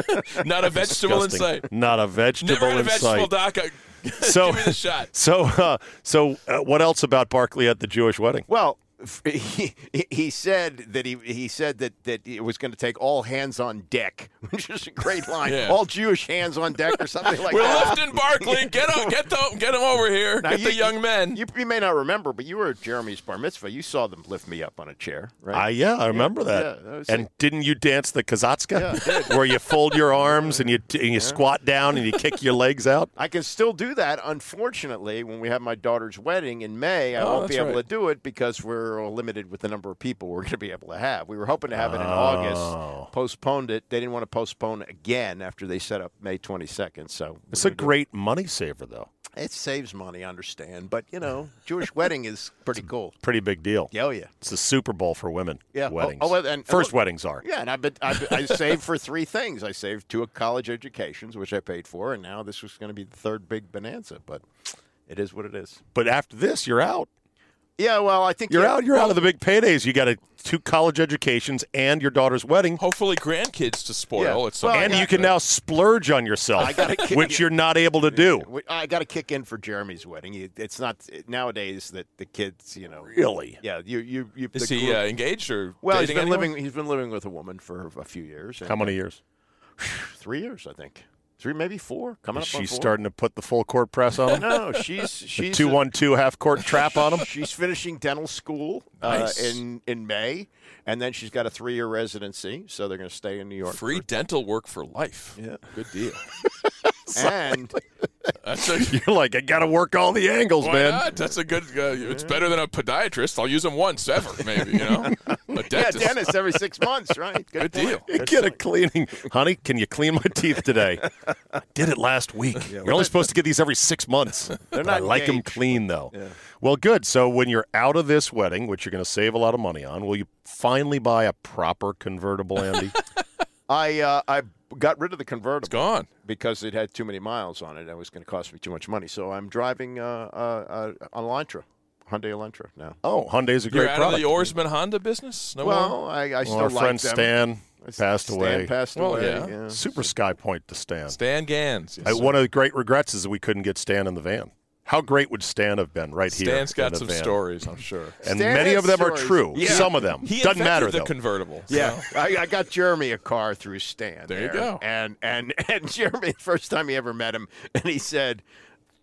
S5: Not a vegetable in
S1: Disgusting.
S5: sight.
S1: Not a vegetable
S5: Never had a
S1: in sight.
S5: vegetable, doc. I- *laughs*
S1: So,
S5: Give me the
S1: *laughs*
S5: shot.
S4: *laughs*
S1: so, uh, so, uh, what else about Barkley at the Jewish wedding?
S4: Well, *laughs* f- he, he said that he he said that that it was going to take all hands on deck, *laughs* which is a
S5: *laughs*
S4: great line.
S5: Yeah.
S4: All Jewish hands on deck, or something like
S5: We're
S4: that. *laughs*
S5: lifting Barkley. Get up, get the, get him over here.
S4: Now,
S5: get
S4: you-
S5: the young men.
S4: You, you may not remember, but you were at Jeremy's bar mitzvah. You saw them lift me up on a chair, right?
S1: Ah, yeah, I remember that.
S4: yeah, that was
S1: and
S4: like-
S1: didn't you dance the Kazatska,
S4: Yeah, I
S1: *laughs*
S4: did.
S1: where you fold
S4: *laughs*
S1: your arms and you and you squat down and you kick your legs out?
S4: I can still do that. Unfortunately, when we have my daughter's wedding in May, I
S5: Oh,
S4: won't be
S5: that's
S4: able
S5: right.
S4: to do it because we're limited with the number of people we're going to be able to have. We were hoping to have
S5: Oh.
S4: it in August, postponed it. They didn't want to postpone again after they set up May 22nd. So
S1: It's a great money saver, though.
S4: it saves money, I understand. But, you know, Jewish wedding is pretty cool.
S1: Pretty big deal.
S4: Yeah, oh, yeah.
S1: It's the Super Bowl for women.
S4: Yeah. Oh,
S1: weddings.
S4: oh, and- and
S1: First
S4: look-
S1: weddings are.
S4: Yeah, and I've been, I've been- I saved for three things. I saved two college educations, which I paid for, and now this was going to be the third big bonanza. But it is what it is.
S1: But after this, you're out.
S4: Yeah, well, I think
S1: You're
S4: yeah,
S1: out. You're out of the big paydays. You got a, two college educations and your daughter's wedding,
S5: Hopefully, grandkids to spoil.
S4: Yeah.
S5: It's some
S4: Well,
S1: and
S4: Oh, I
S1: you
S4: got-
S1: can now splurge on yourself,
S4: I gotta kick
S1: which
S4: it.
S1: you're not able to do.
S4: We- I got to kick in for Jeremy's wedding. You- It's not nowadays that the kids, you know,
S1: Really?
S4: Yeah, you, you, you.
S5: is
S4: the
S5: he
S4: group-
S5: uh, engaged or
S4: well, he's
S5: dating
S4: been
S5: anyone?
S4: living. He's been living with a woman for a few years. and-
S1: How many years?
S4: Three years, I think. Three, maybe four. Coming
S1: Is
S4: up. on
S1: she
S4: four.
S1: starting to put the full court press on him?
S4: *laughs* No, she's
S1: *laughs*
S4: she's
S1: the
S4: a-
S1: two one two half court trap on him. *laughs*
S4: She's finishing dental school uh,
S5: Nice.
S4: in in May, and then she's got a three year residency. So they're going to stay in New York.
S5: *laughs* Free dental work for life.
S4: Yeah.
S5: Good deal.
S4: for- and *laughs*
S5: That's a,
S1: You're like, I got to work all the angles,
S5: why
S1: man.
S5: not? That's a good. Uh, it's better than a podiatrist. I'll use him once ever, maybe. You
S4: *laughs*
S5: know, a
S4: yeah,
S5: dentist.
S4: dentist every six months, right? point.
S5: Good deal.
S1: You *laughs* get a cleaning, honey. Can you clean my teeth today? I did it last week. You're only supposed to get these every six
S4: *laughs*
S1: months. But I
S4: not
S1: like them
S4: engaged,
S1: clean though. Well, good. So when you're out of this wedding, which you're going to save a lot of money on, will you finally buy a proper convertible,
S4: *laughs*
S1: Andy?
S4: I uh, I got rid of the convertible.
S5: It's gone.
S4: because it had too many miles on it. It was going to cost me too much money. So I'm driving uh, uh, uh, an Elantra, Hyundai Elantra now.
S1: oh, Hyundai's a
S5: You're
S1: great
S5: out
S1: product.
S5: of the Oarsman Honda business. No more.
S4: well, I, I
S1: Well,
S4: still
S1: our
S4: like
S1: friend
S4: them.
S1: Stan
S4: I s-
S1: passed
S4: Stan
S1: away.
S4: passed
S5: Well,
S4: away.
S5: yeah.
S4: yeah.
S1: Super sky point to Stan.
S5: Stan Gans.
S1: I- one of the great regrets is that we couldn't get Stan in the van. How great would Stan have been right here?
S5: Stan's
S1: in
S5: got
S1: the
S5: some
S1: van?
S5: stories, I'm sure.
S1: and
S4: Stan
S1: many
S4: had
S1: of them are
S4: stories.
S1: true.
S5: Yeah.
S1: Some of them
S5: He
S1: doesn't
S5: invented
S1: matter
S5: the
S1: though.
S5: convertible.
S4: Yeah, I, I got Jeremy a car through Stan.
S5: There you go.
S4: And and and *laughs* Jeremy, first time he ever met him, and he said,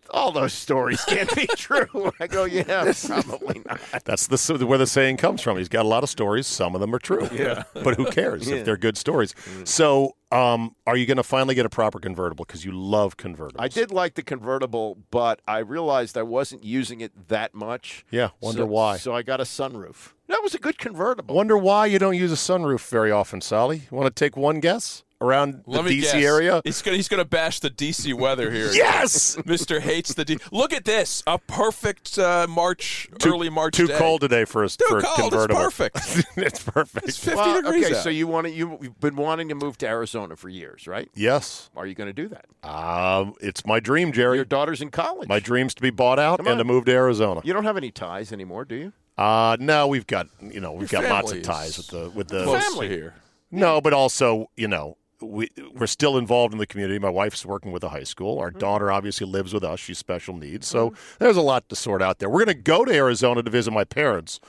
S4: "All those stories can't
S5: *laughs*
S4: be true." I go, "Yeah, probably not."
S1: That's the s- where the saying comes from. He's got a lot of stories. Some of them are true. Yeah, *laughs* but who cares if they're good stories?
S5: Mm.
S1: So, um, are you going to finally get a proper convertible? Because you love convertibles.
S4: I did like the convertible, but I realized I wasn't using it that much.
S1: Yeah, wonder
S4: So-
S1: why.
S4: So I got a sunroof. That was a good convertible.
S1: Wonder why you don't use a sunroof very often, Sally. You want to take one guess around
S5: Let
S1: the
S5: me
S1: DC
S5: guess. *laughs*
S1: area?
S5: He's gonna he's gonna bash
S1: *laughs*
S5: the DC weather here.
S1: Yes!
S5: Mister hates the D. Look at this, a perfect uh, March, early March.
S1: Too
S5: day.
S1: cold today for a,
S5: Too
S1: for a
S5: cold, it's
S1: convertible.
S5: perfect.
S1: *laughs* it's perfect.
S5: It's fifty
S4: Well,
S5: degrees.
S4: okay,
S5: out.
S4: so you want to, you, you've been wanting to move to Arizona for years, right?
S1: yes,
S4: Are you going to do that?
S1: um, it's my dream, Jerry.
S4: Your daughter's in college.
S1: My dream's to be bought out
S4: Come
S1: and to
S4: on.
S1: move to Arizona.
S4: you don't have any ties anymore, do you?
S1: Uh no, we've got you know we've
S5: Your
S1: got lots of
S5: family's
S1: ties with the with the
S5: close family here.
S1: No, but also you know we we're still involved in the community. My wife's working with a high school. Our daughter obviously lives with us. She's special needs, so there's a lot to sort out there. We're going to go to Arizona to visit my parents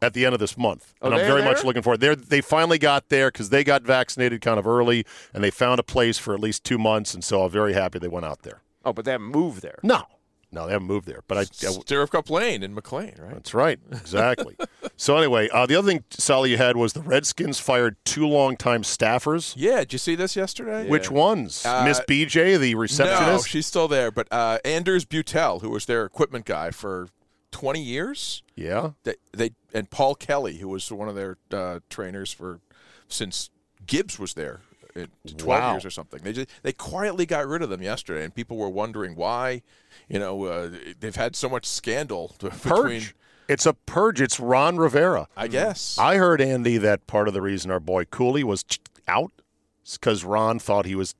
S1: at the end of this month, and I'm
S4: they're
S1: very much
S4: there?
S1: looking forward. They they finally got there because they got vaccinated kind of early, and they found a place for at least two months, and so I'm very happy they went out there.
S4: Oh, but they haven't moved there.
S1: No, no, they haven't moved there, but I, I
S5: Stirrup Cup Lane in McLean, right?
S1: that's right. Exactly. so anyway, uh, the other thing, Sally, you had was the Redskins fired two longtime staffers.
S5: Yeah. Did you see this yesterday?
S1: Which ones?
S5: Uh,
S1: Miss BJ, the
S5: No,
S1: receptionist.
S5: she's still there. But uh, Anders Butel, who was their equipment guy for twenty years,
S1: yeah.
S5: they, they and Paul Kelly, who was one of their uh, trainers for since Gibbs was there in 12
S1: Wow.
S5: years or something. They just, they quietly got rid of them yesterday, and people were wondering why. You know, uh, they've had so much scandal *laughs* to, between.
S1: Purge. It's a purge. It's Ron Rivera.
S5: I guess.
S1: I heard Andy that part of the reason our boy Cooley was out is because Ron thought he was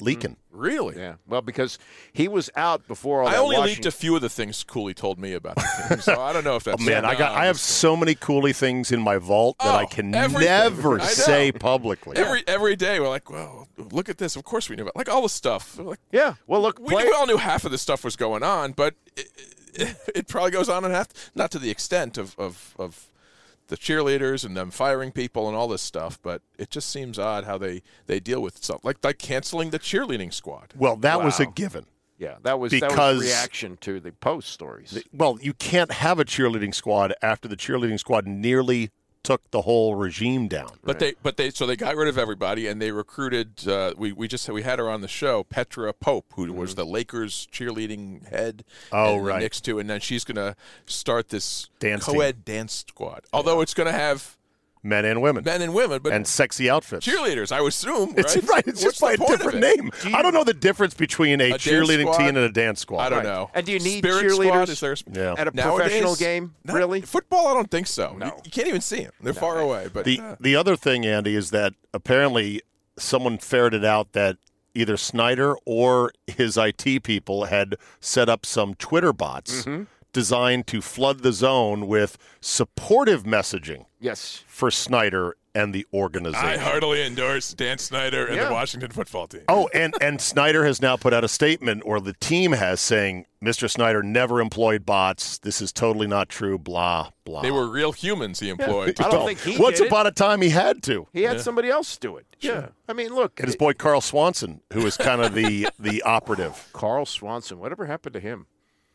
S1: leaking.
S5: Really?
S4: Yeah. Well, because he was out before all
S5: I
S4: that
S5: only
S4: Washington-
S5: leaked a few of the things Cooley told me about. the team, so I don't know if
S1: *laughs* Oh
S5: that's Um,
S1: man, I got I have so many Cooley things in my vault that I can
S5: everything.
S1: never
S5: I know.
S1: say publicly.
S5: Every every day we're like, well, look at this. Of course we knew about like all the stuff. We're like,
S4: yeah. Well, look,
S5: we, we all knew half of this stuff was going on, but it, it, it probably goes on and half, not to the extent of, of of the cheerleaders and them firing people and all this stuff. But it just seems odd how they they deal with stuff like like canceling the cheerleading squad.
S1: Well, that was a
S5: Wow.
S1: given.
S4: Yeah, that was that
S1: because
S4: was reaction to the post stories.
S1: well, you can't have a cheerleading squad after the cheerleading squad nearly took the whole regime down.
S5: But they, but they, so they got rid of everybody, and they recruited. Uh, we we just we had her on the show, Petra Pope, who was the Lakers cheerleading head.
S1: Mm-hmm. Oh,
S5: and
S1: right.
S5: next to, and then she's gonna start this
S1: Dance team.
S5: co-ed dance squad. Although it's gonna have
S1: Men and women.
S5: men and women, but
S1: and sexy outfits.
S5: cheerleaders, I would assume. Right?
S1: It's *laughs* right. It's
S5: What's
S1: just by
S5: the
S1: a
S5: point of
S1: different
S5: it?
S1: name. I don't know the difference between a,
S5: dance
S1: cheerleading
S5: squad?
S1: team and a dance squad.
S5: I don't know.
S4: And do you need
S5: Spirit Squad?
S4: cheerleaders
S5: Is there
S1: Yeah.
S4: at a professional
S5: Nowadays,
S4: game?
S5: not-
S4: Really?
S5: Football? I don't think so. No, you, you can't even see them. They're far away. But
S1: The
S5: uh,
S1: the other thing, Andy, is that apparently someone ferreted out that either Snyder or his IT people had set up some Twitter bots
S5: Mm-hmm.
S1: designed to flood the zone with supportive messaging
S4: Yes.
S1: for Snyder and the organization.
S5: I heartily endorse Dan Snyder and
S4: Yeah.
S5: the Washington football team.
S1: Oh, and, and Snyder has now put out a statement, or the team has, saying Mr. Snyder never employed bots. This is totally not true. Blah blah.
S5: They were real humans he employed.
S4: *laughs* I don't
S1: Well,
S4: think he
S1: Once
S4: did it.
S1: upon a time, he had to.
S4: He had somebody else do it. Yeah. I mean, look,
S1: And his boy Carl Swanson, who is kind of the the operative,
S4: Carl Swanson. Whatever happened to him?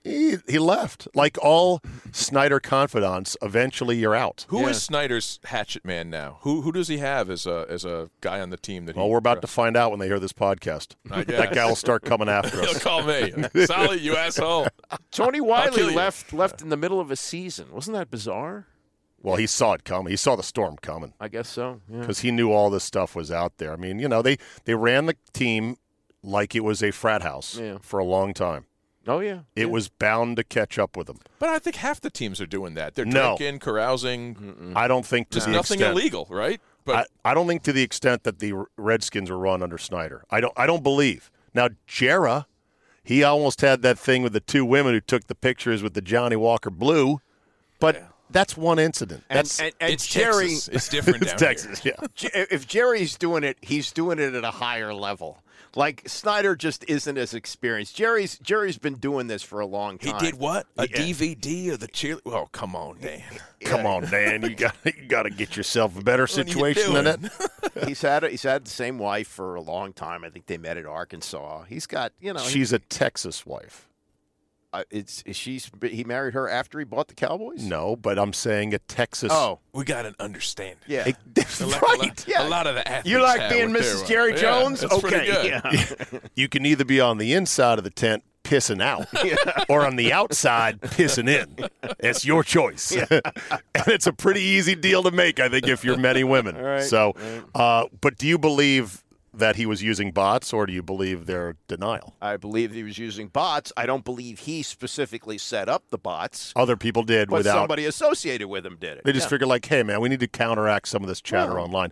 S1: he, he left. Like all Snyder confidants, eventually you're out.
S5: Who is Snyder's hatchet man now? Who who does he have as a as a guy on the team that?
S1: Well,
S5: he,
S1: we're about to find out when they hear this podcast.
S5: I
S1: That
S5: guess.
S1: guy will start coming
S4: *laughs*
S1: after *laughs*
S5: *laughs* He'll
S1: us.
S5: call me, Sally, you asshole.
S4: Tony
S5: kill
S4: Wiley
S5: you.
S4: left left in the middle of a season. Wasn't that bizarre?
S1: Well, he saw it coming. He saw the storm coming.
S4: I guess so.
S5: Mm-hmm.
S4: Yeah.
S1: because he knew all this stuff was out there. I mean, you know, they they ran the team like it was a frat house
S4: Yeah.
S1: for a long time.
S4: Oh yeah.
S1: It was bound to catch up with them.
S5: But I think half the teams are doing that. They're
S1: No.
S5: drinking, carousing,
S1: I don't think to
S5: just
S1: the
S5: Mm-hmm. nothing
S1: extent,
S5: illegal, right? But
S1: I, I don't think to the extent that the Redskins were run under Snyder. I don't I don't believe. Now Jera, he almost had that thing with the two women who took the pictures with the Johnny Walker blue, but that's one incident.
S4: And,
S1: that's
S4: and, and
S5: it's
S4: Jerry,
S5: Texas.
S4: *laughs*
S5: It's different
S1: it's *laughs*
S5: down
S1: Texas, yeah.
S4: J- if Jerry's doing it, he's doing it at a higher level. Like Snyder just isn't as experienced. Jerry's Jerry's been doing this for a long
S5: Here.
S4: time.
S5: He did what? A
S4: Yeah.
S5: DVD of the cheer? Oh, come on, Dan.
S1: Come on, man, you got you got to get yourself a better
S5: What are you
S1: situation than
S5: doing?
S4: *laughs*
S5: *laughs*
S1: that.
S4: *laughs* he's had he's had the same wife for a long time. I think they met at Arkansas. He's got you know he,
S1: She's a Texas wife.
S4: uh, it's she's he married her after he bought the Cowboys.
S1: No, but I'm saying a Texas.
S4: Oh
S5: We got an understanding.
S4: yeah.
S1: *laughs* A-
S5: A lot, a
S1: right.
S5: lot-
S4: yeah.
S5: a lot of the athletes.
S4: you like
S5: had
S4: being
S5: what they were.
S4: Mrs. Jerry
S5: Yeah,
S4: Jones?
S5: that's pretty
S4: okay.
S5: good.
S4: Yeah.
S1: You can either be on the inside of the tent pissing
S4: *laughs*
S1: out or on the outside pissing in. It's your choice. *laughs* and it's a pretty easy deal to make, I think, if you're many women. So, Uh, but do you believe that he was using bots or do you believe their denial?
S4: *laughs* I believe he was using bots. I don't believe he specifically set up the bots,
S1: Other people did
S4: but
S1: without.
S4: somebody associated with him did it.
S1: They just figured, like, hey, man, we need to counteract some of this chatter online.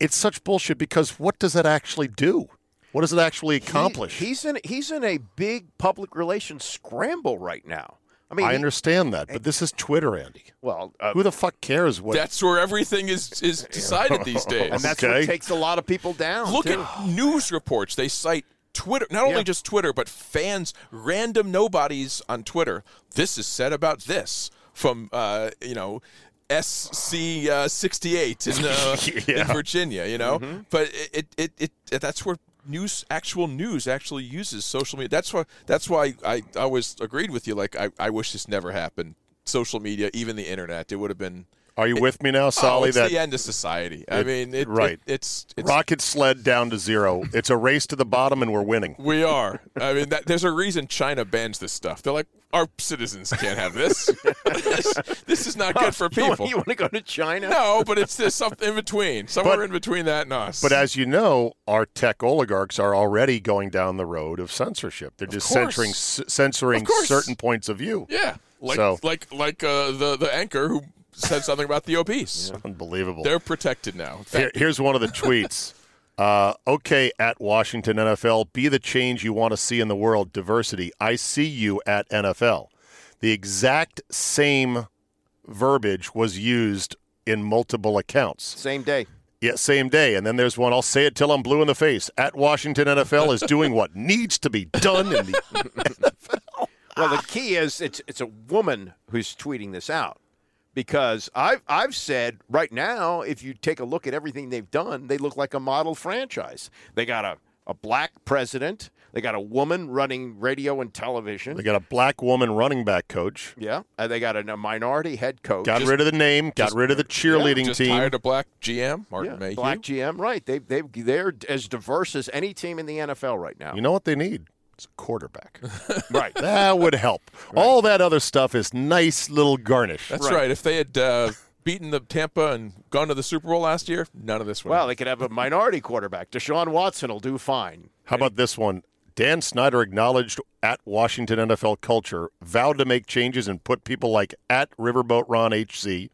S1: It's such bullshit because what does that actually do? What does it actually
S4: He-
S1: accomplish?
S4: he's in he's in a big public relations scramble right now. I mean,
S1: I
S4: he-
S1: understand that, but this is Twitter, Andy.
S4: well, uh,
S1: Who the fuck cares what?
S5: That's where everything is,
S4: *laughs*
S5: is decided these days.
S4: and that's
S1: okay.
S4: what takes a lot of people down.
S5: Look
S4: too.
S5: at news reports. They cite Twitter, not only
S4: Yeah.
S5: just Twitter, but fans, random nobodies on Twitter. This is said about this from, uh, you know, SC uh, 68 in,
S1: *laughs*
S5: uh, in Virginia, you know?
S1: Mm-hmm.
S5: But it, it, it, it, that's where news actual news actually uses social media that's why that's why i, I always agreed with you like I, I wish this never happened social media even the internet it would have been
S1: Are you with me now, Solly?
S5: Oh, it's
S1: that
S5: the end of society. I
S1: It-
S5: mean, it,
S1: right.
S5: it- it's, it's
S1: rocket sled down to zero. It's a race to the bottom, and we're winning.
S5: We are. I mean, that, there's a reason China bans this stuff. They're like, our citizens can't have
S4: *laughs*
S5: this. this, this is not good *laughs* for
S4: Oh, You want-
S5: people.
S4: you want to go to China?
S5: No, but it's there's something in between, somewhere in between that and us.
S1: But as you know, our tech oligarchs are already going down the road of censorship. They're just
S5: course.
S1: censoring c- censoring
S5: Of course.
S1: certain points of view.
S5: yeah, like
S1: so
S5: like like uh, the the anchor who said something about the obese.
S1: unbelievable.
S5: They're protected now.
S1: Here- here's one of the tweets. *laughs* Uh, okay, at Washington NFL, be the change you want to see in the world. Diversity. I see you at NFL. The exact same verbiage was used in multiple accounts.
S4: Same day.
S1: Yeah, same day. And then there's one, I'll say it till I'm blue in the face. At Washington NFL is doing what *laughs* needs to be done in the
S4: Well,
S5: Ah.
S4: the key is it's it's a woman who's tweeting this out because I've I've said right now, if you take a look at everything they've done, they look like a model franchise. They got a, a black president. They got a woman running radio and television.
S1: They got a black woman running back coach.
S4: yeah, and they got a, a minority head coach.
S1: Got rid of the name, got rid of the cheerleading
S5: Just
S1: team.
S5: hired a black GM, Martin Mayhew.
S4: black GM. Right? They they they're as diverse as any team in the NFL right now.
S1: You know what they need? It's a quarterback.
S4: right.
S1: That would help. All that other stuff is nice little garnish.
S5: That's right. If they had uh, beaten the Tampa and gone to the Super Bowl last year, none of this would.
S4: Well,
S5: happen.
S4: they could have a minority quarterback. Deshaun Watson will do fine.
S1: How about this one? Dan Snyder acknowledged at Washington NFL culture, vowed to make changes and put people like at Riverboat Ron HC,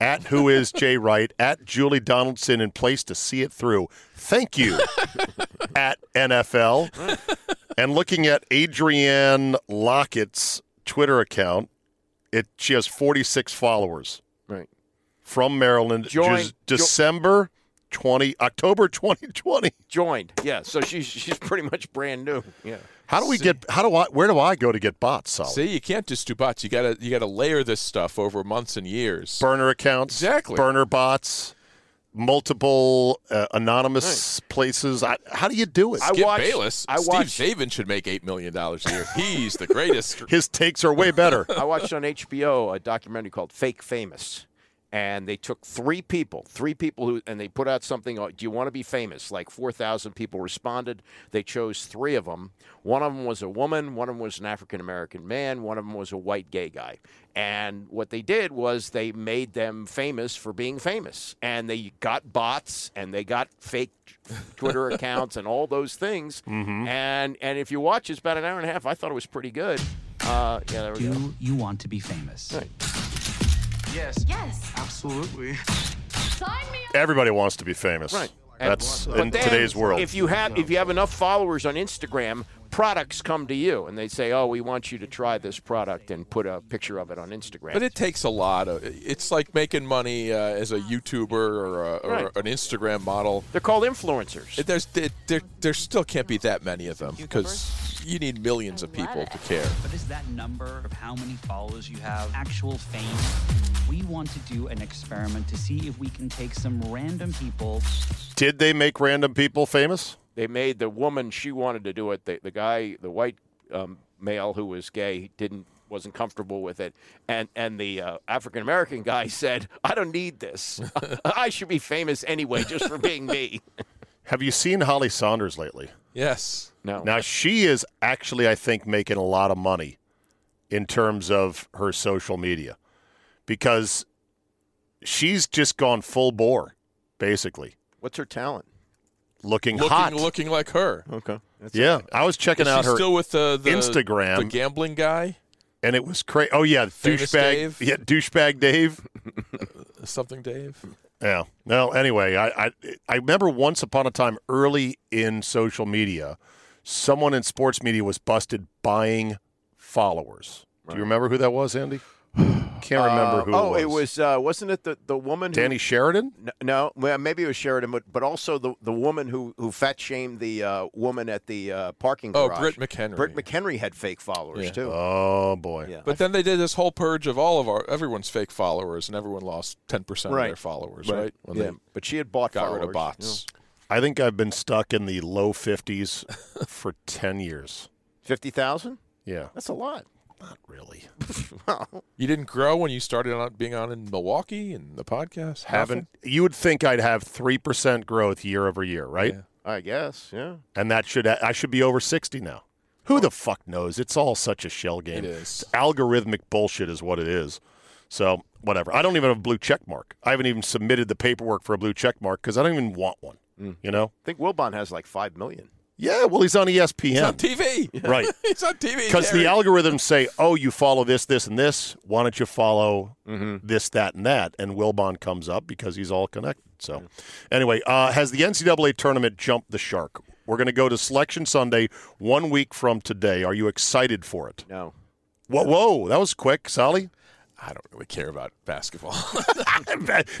S1: at Who Is Jay Wright, at Julie Donaldson in place to see it through. Thank you, at NFL. And looking at Adrienne Lockett's Twitter account, it she has 46 followers
S4: Right.
S1: from Maryland.
S4: Join-
S1: Just December 20, October *laughs* 2020.
S4: Joined. Yeah. So she's she's pretty much brand new. Yeah.
S1: How do we get? How do I? Where do I go to get bots? Solid
S5: See, you can't just do bots. You gotta you gotta layer this stuff over months and years.
S1: burner accounts,
S5: Exactly.
S1: Burner bots, multiple uh, anonymous places. I, how do you do it?
S4: I
S5: Skip
S4: watched-
S5: Bayless.
S4: I
S5: Steve
S4: watched-
S5: Zabin should make eight million dollars a year. He's
S4: *laughs*
S5: the greatest.
S1: His takes are way better.
S4: I watched on HBO a documentary called Fake Famous. And they took three people, three people who, and they put out something, uh, do you want to be famous? Like 4,000 people responded. They chose three of them. One of them was a woman, one of them was an African American man, one of them was a white gay guy. And what they did was they made them famous for being famous. And they got bots and they got fake Twitter accounts and all those things. And, and if you watch, it's about an hour and a half. I thought it was pretty good. Uh, yeah, there we go.
S7: Do you want to be famous?
S12: Yes. Yes. Absolutely. Sign me
S1: Everybody wants to be famous.
S4: Right. And-
S1: That's
S4: but
S1: in
S4: then,
S1: today's world.
S4: If you have if you have enough followers on Instagram, products come to you and they say, "Oh, we want you to try this product and put a picture of it on Instagram."
S5: But it takes a lot of. It's like making money uh, as a YouTuber or, a, or
S4: Right.
S5: an Instagram model.
S4: They're called influencers.
S5: It- There's there, there, there still can't be that many of them because you need millions of people to care.
S7: But is that number of how many followers you have actual fame? We want to do an experiment to see if we can take some random people.
S1: Did they make random people famous?
S4: they made the woman she wanted to do it. The, the guy, the white um, male who was gay, didn't wasn't comfortable with it, and and the uh, African American guy *laughs* said, "I don't need this. *laughs* I should be famous anyway, just for being
S1: *laughs*
S4: me."
S1: Have you seen Holly Saunders lately?
S5: Yes.
S4: No.
S1: Now she is actually, I think, making a lot of money in terms of her social media because she's just gone full bore, basically
S4: What's her talent?
S1: looking,
S5: Looking
S1: hot.
S5: looking like her.
S4: Okay.
S1: yeah, I was checking
S5: Is
S1: out
S5: she
S1: her
S5: still with the, the
S1: Instagram.
S5: the gambling guy?
S1: and it was crazy. Oh yeah,
S5: Famous
S1: douchebag.
S5: Dave?
S1: Yeah, douchebag Dave.
S5: Something, Dave.
S1: Yeah. Well, anyway, I, I I remember once upon a time early in social media, someone in sports media was busted buying followers. Do you remember who that was, Andy? Can't remember who.
S4: oh,
S1: it was.
S4: it was uh, wasn't it the the woman who
S1: Danny Sheridan.
S4: N- No, well, maybe it was Sheridan, but, but also the, the woman who, who fat shamed the uh, woman at the uh, parking
S5: Oh,
S4: garage.
S5: Britt McHenry.
S4: Britt McHenry had fake followers
S5: Yeah.
S4: too.
S1: Oh boy.
S4: yeah,
S5: But then they did this whole purge of all of our everyone's fake followers, and everyone lost ten percent of
S4: Right.
S5: their followers, right? When
S4: yeah.
S5: they
S4: but she had bought
S5: got
S4: followers.
S5: rid of bots.
S1: I think I've been stuck in the low fifties for ten years.
S4: Fifty thousand?
S1: Yeah.
S4: That's a lot.
S1: Not really.
S5: well, you didn't grow when you started on being on in Milwaukee and the podcast.
S1: Haven't you would think I'd have three percent growth year over year, right?
S4: I guess, yeah.
S1: And that should I should be over sixty now. Who the fuck knows? It's all such a shell game.
S5: It is.
S1: It's algorithmic bullshit is what it is. So whatever. I don't even have a blue check mark. I haven't even submitted the paperwork for a blue check mark because I don't even want one.
S5: Mm.
S1: You know?
S4: I think Wilbon has like five million.
S1: Yeah, well, he's on E ESPN.
S5: He's on
S1: *laughs*
S5: TV. *laughs*
S1: Right.
S5: He's on TV.
S1: Because the
S5: Gary.
S1: algorithms say, oh, you follow this, this, and this. Why don't you follow this, that, and that? And Wilbon comes up because he's all connected. So, anyway, uh, has the NCAA tournament jumped the shark? We're going to go to Selection Sunday one week from today. Are you excited for it?
S4: No.
S1: Whoa, whoa that was quick, *laughs* Sally.
S5: I don't really care about basketball. *laughs*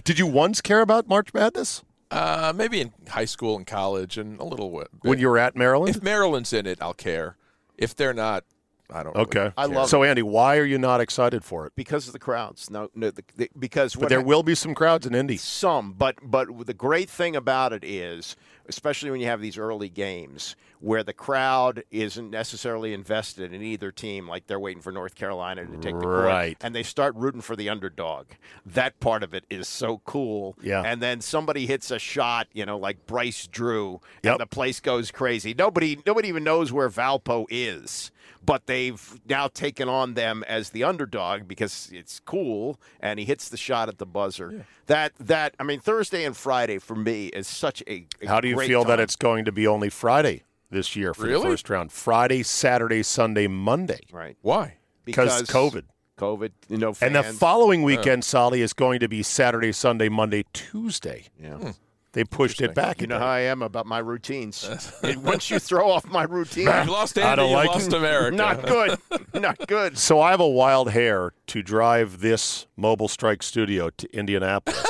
S1: Did you once care about March Madness?
S5: Uh, maybe in high school and college and a little bit.
S1: When you were at Maryland?
S5: If Maryland's in it, I'll care. If they're not, I don't.
S1: Okay.
S5: really
S1: I
S5: care.
S1: love So, Andy, why are you not excited for it?
S4: because of the crowds. No, no, the, the, because
S1: But there will be some crowds in Indy.
S4: Some, but but the great thing about it is, especially when you have these early games where the crowd isn't necessarily invested in either team, like they're waiting for North Carolina to take the court,
S1: Right.
S4: and they start rooting for the underdog. That part of it is so cool.
S1: Yeah.
S4: And then somebody hits a shot, you know, like Bryce Drew,
S1: Yep.
S4: and the place goes crazy. Nobody nobody even knows where Valpo is, but they've now taken on them as the underdog because it's cool and he hits the shot at the buzzer. That that I mean Thursday and Friday for me is such a, a
S1: How do you
S4: great
S1: feel that
S4: time.
S1: it's going to be only Friday this year for
S5: Really?
S1: the first round? Friday, Saturday, Sunday, Monday.
S4: right?
S5: Why?
S1: Because COVID.
S4: COVID, you know,
S1: And the
S4: fans.
S1: following weekend, Solly, is going to be Saturday, Sunday, Monday, Tuesday. Hmm.
S4: Yeah. Hmm.
S1: They pushed it back.
S4: You know
S1: again.
S4: how I am about
S1: *laughs*
S4: my routines. And Once you throw off my routine,
S5: You lost Andy.
S1: I don't
S5: you
S1: like
S5: lost
S1: it.
S5: America.
S4: not good, not good.
S1: so I have a wild hair to drive this Mobile Strike studio to Indianapolis.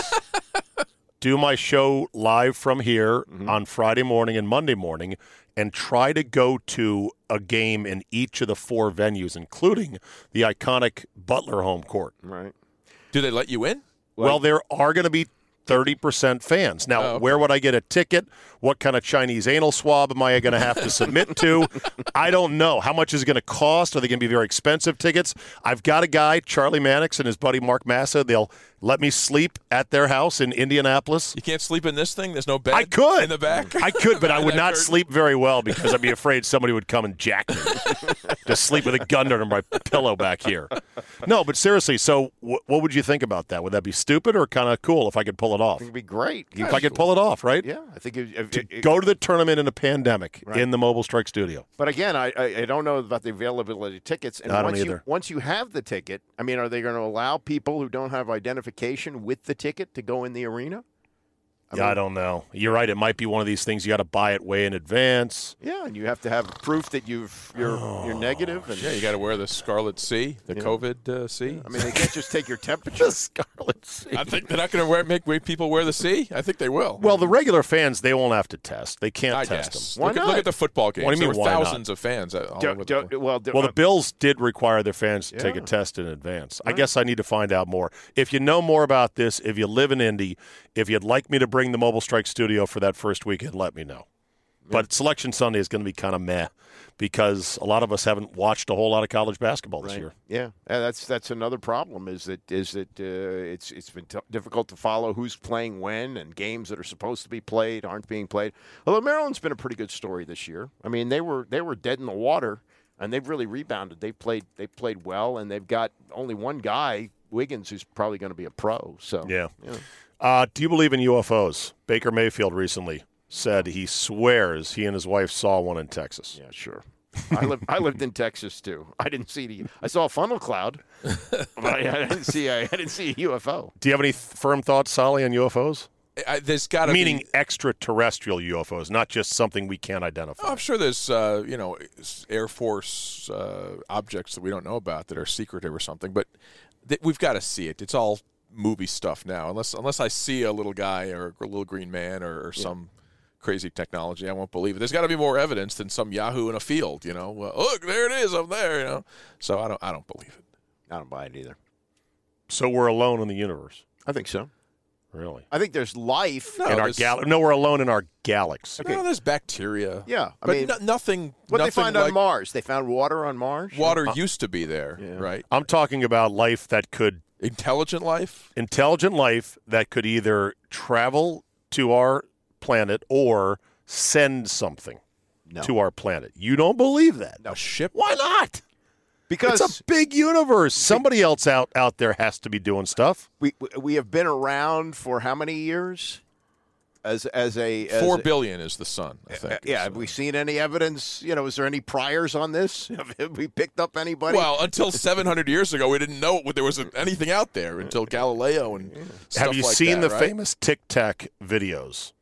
S1: Do my show live from here on Friday morning and Monday morning, and try to go to a game in each of the four venues, including the iconic Butler home court.
S4: Right.
S5: Do they let you in?
S1: Well, there are going to be 30% fans. Now, where would I get a ticket? What kind of Chinese anal swab am I going to have to submit to? I don't know. How much is it going to cost? Are they going to be very expensive tickets? I've got a guy, Charlie Mannix, and his buddy Mark Massa. They'll let me sleep at their house in Indianapolis.
S5: You can't sleep in this thing. There's no bed.
S1: I could.
S5: in the back.
S1: I could, but I would
S5: That
S1: not
S5: curtain.
S1: sleep very well because I'd be afraid somebody would come and jack me. *laughs* Just sleep with a gun under my pillow back here. No, but seriously, so wh- what would you think about that? Would that be stupid or kind of cool if I could pull it off?
S4: It'd be great.
S1: If I could pull it off, right?
S4: yeah, I think it, it,
S1: To
S4: it-
S1: go to the tournament in a pandemic in the Mobile Strike Studio.
S4: But again, I, I I don't know about the availability of tickets. And
S1: I don't
S4: once you
S1: either.
S4: once you have the ticket, I mean, are they going to allow people who don't have identification with the ticket to go in the arena?
S1: yeah, I don't know. You're right. It might be one of these things you got to buy it way in advance.
S4: Yeah, and you have to have proof that you've you're you're negative. And
S5: *laughs* Oh, Yeah, you got to wear the Scarlet C, the COVID uh, C.
S4: I mean, they can't just
S5: *laughs*
S4: take your temperature.
S1: Scarlet Sea.
S5: I think they're not going to wear make wait, people wear the C. I think they will.
S1: Well, the regular fans, they won't have to test. They can't
S5: I
S1: test
S5: guess.
S1: them.
S4: Why
S5: look, at-
S4: not?
S5: look at the football games.
S1: What do you
S5: there
S1: mean,
S5: were
S1: why not?
S5: thousands of fans at- all over
S4: Don't-
S5: the
S4: don't-
S5: place.
S4: well, don't-
S1: Well, the
S4: uh,
S1: Bills did require their fans to take a
S4: Yeah.
S1: test in advance. I guess I need to find out more. If you know more about this, if you live in Indy, if you'd like me to bring the Mobile Strike Studio for that first weekend, let me know. But Selection Sunday is going to be kind of meh because a lot of us haven't watched a whole lot of college basketball this year.
S4: Yeah, yeah, that's that's another problem. Is that is that uh, it's it's been t- difficult to follow who's playing when and games that are supposed to be played aren't being played. Although Maryland's been a pretty good story this year. I mean, they were they were dead in the water, and they've really rebounded. They've played they played well, and they've got only one guy, Wiggins, who's probably going to be a pro. So
S1: Yeah. Uh, do you believe in UFOs? Baker Mayfield recently said he swears he and his wife saw one in Texas.
S4: yeah, sure. I lived I lived in Texas too. I didn't see the I saw a funnel cloud, but I, I didn't see I, I didn't see a UFO.
S1: Do you have any th- firm thoughts, Solly, on UFOs?
S5: I, there's got to
S1: Meaning
S5: Be,
S1: extraterrestrial UFOs, not just something we can't identify.
S5: Oh, I'm sure there's uh, you know s- Air Force uh, objects that we don't know about that are secretive or something, but th- we've got to see it. It's all movie stuff now. Unless unless I see a little guy or a little green man or, or some crazy technology, I won't believe it. There's got to be more evidence than some Yahoo in a field. You know, well, look there it is up there. You know, so I don't I don't believe it.
S4: I don't buy it either.
S1: So we're alone in the universe.
S4: I think so.
S1: Really?
S4: I think there's life
S1: in our gal- no, we're alone in our galaxy.
S5: No, there's bacteria.
S4: Yeah, I
S5: but
S4: mean-
S5: no, nothing.
S4: What they
S5: nothing
S4: find on
S5: like-
S4: Mars? They found water on Mars.
S1: Uh,
S5: Water used to be there, right?
S1: I'm talking about life that could
S5: intelligent life,
S1: intelligent life that could either travel to our planet or send something to our planet. You don't believe that?
S5: A ship?
S1: Why not?
S4: Because
S1: it's a big universe. Somebody else out out there has to be doing stuff.
S4: We we have been around for how many years? As as a as
S5: Four
S4: a-
S5: billion is the sun. I think.
S4: yeah, have we seen any evidence? You know, is there any priors on this? *laughs* Have we picked up anybody?
S5: Well,
S1: *laughs*
S5: until 700 years ago, we didn't know there was anything out there until Galileo and stuff
S1: Have you
S5: like
S1: seen
S5: that,
S1: the
S5: right?
S1: famous Tic Tac videos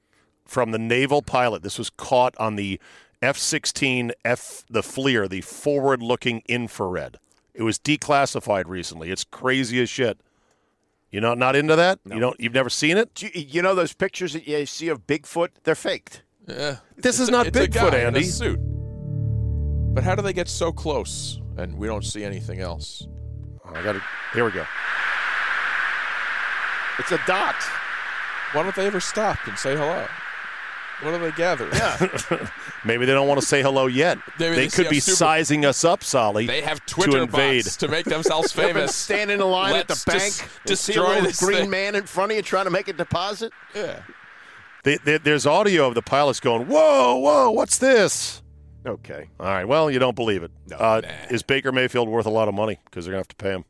S1: from the naval pilot? This was caught on the F-16 F the FLIR, the forward-looking infrared. It was declassified recently. It's crazy as shit. You not not into that? You don't you've never seen it?
S4: Do you, you know those pictures that you see of Bigfoot? They're faked.
S5: Yeah.
S1: This is
S5: a-
S1: not
S5: it's a
S1: Bigfoot,
S5: guy in a
S1: Andy.
S5: suit. But how do they get so close and we don't see anything else?
S1: I got it. Here we go.
S4: It's a dot.
S5: Why don't they ever stop and say hello? What do they gather? Yeah.
S1: Maybe they don't want to say hello yet.
S5: *laughs* Maybe
S1: they
S5: they see
S1: could
S5: how
S1: be
S5: stupid-
S1: sizing us up, Solly.
S5: *laughs* They have Twitter
S1: to invade.
S5: bots to
S1: *laughs*
S5: make themselves
S4: You ever
S5: famous.
S4: Stand in a line at
S5: Let's
S4: the bank.
S5: des-
S4: and see a
S5: destroy
S4: little
S5: this
S4: green
S5: thing.
S4: man in front of you trying to make a deposit.
S5: Yeah.
S1: They, they, there's audio of the pilots going, "Whoa, whoa, what's this?"
S4: Okay.
S1: All right. Well, you don't believe it. Is uh, Is Baker Mayfield worth a lot of money? Because they're gonna have to pay him.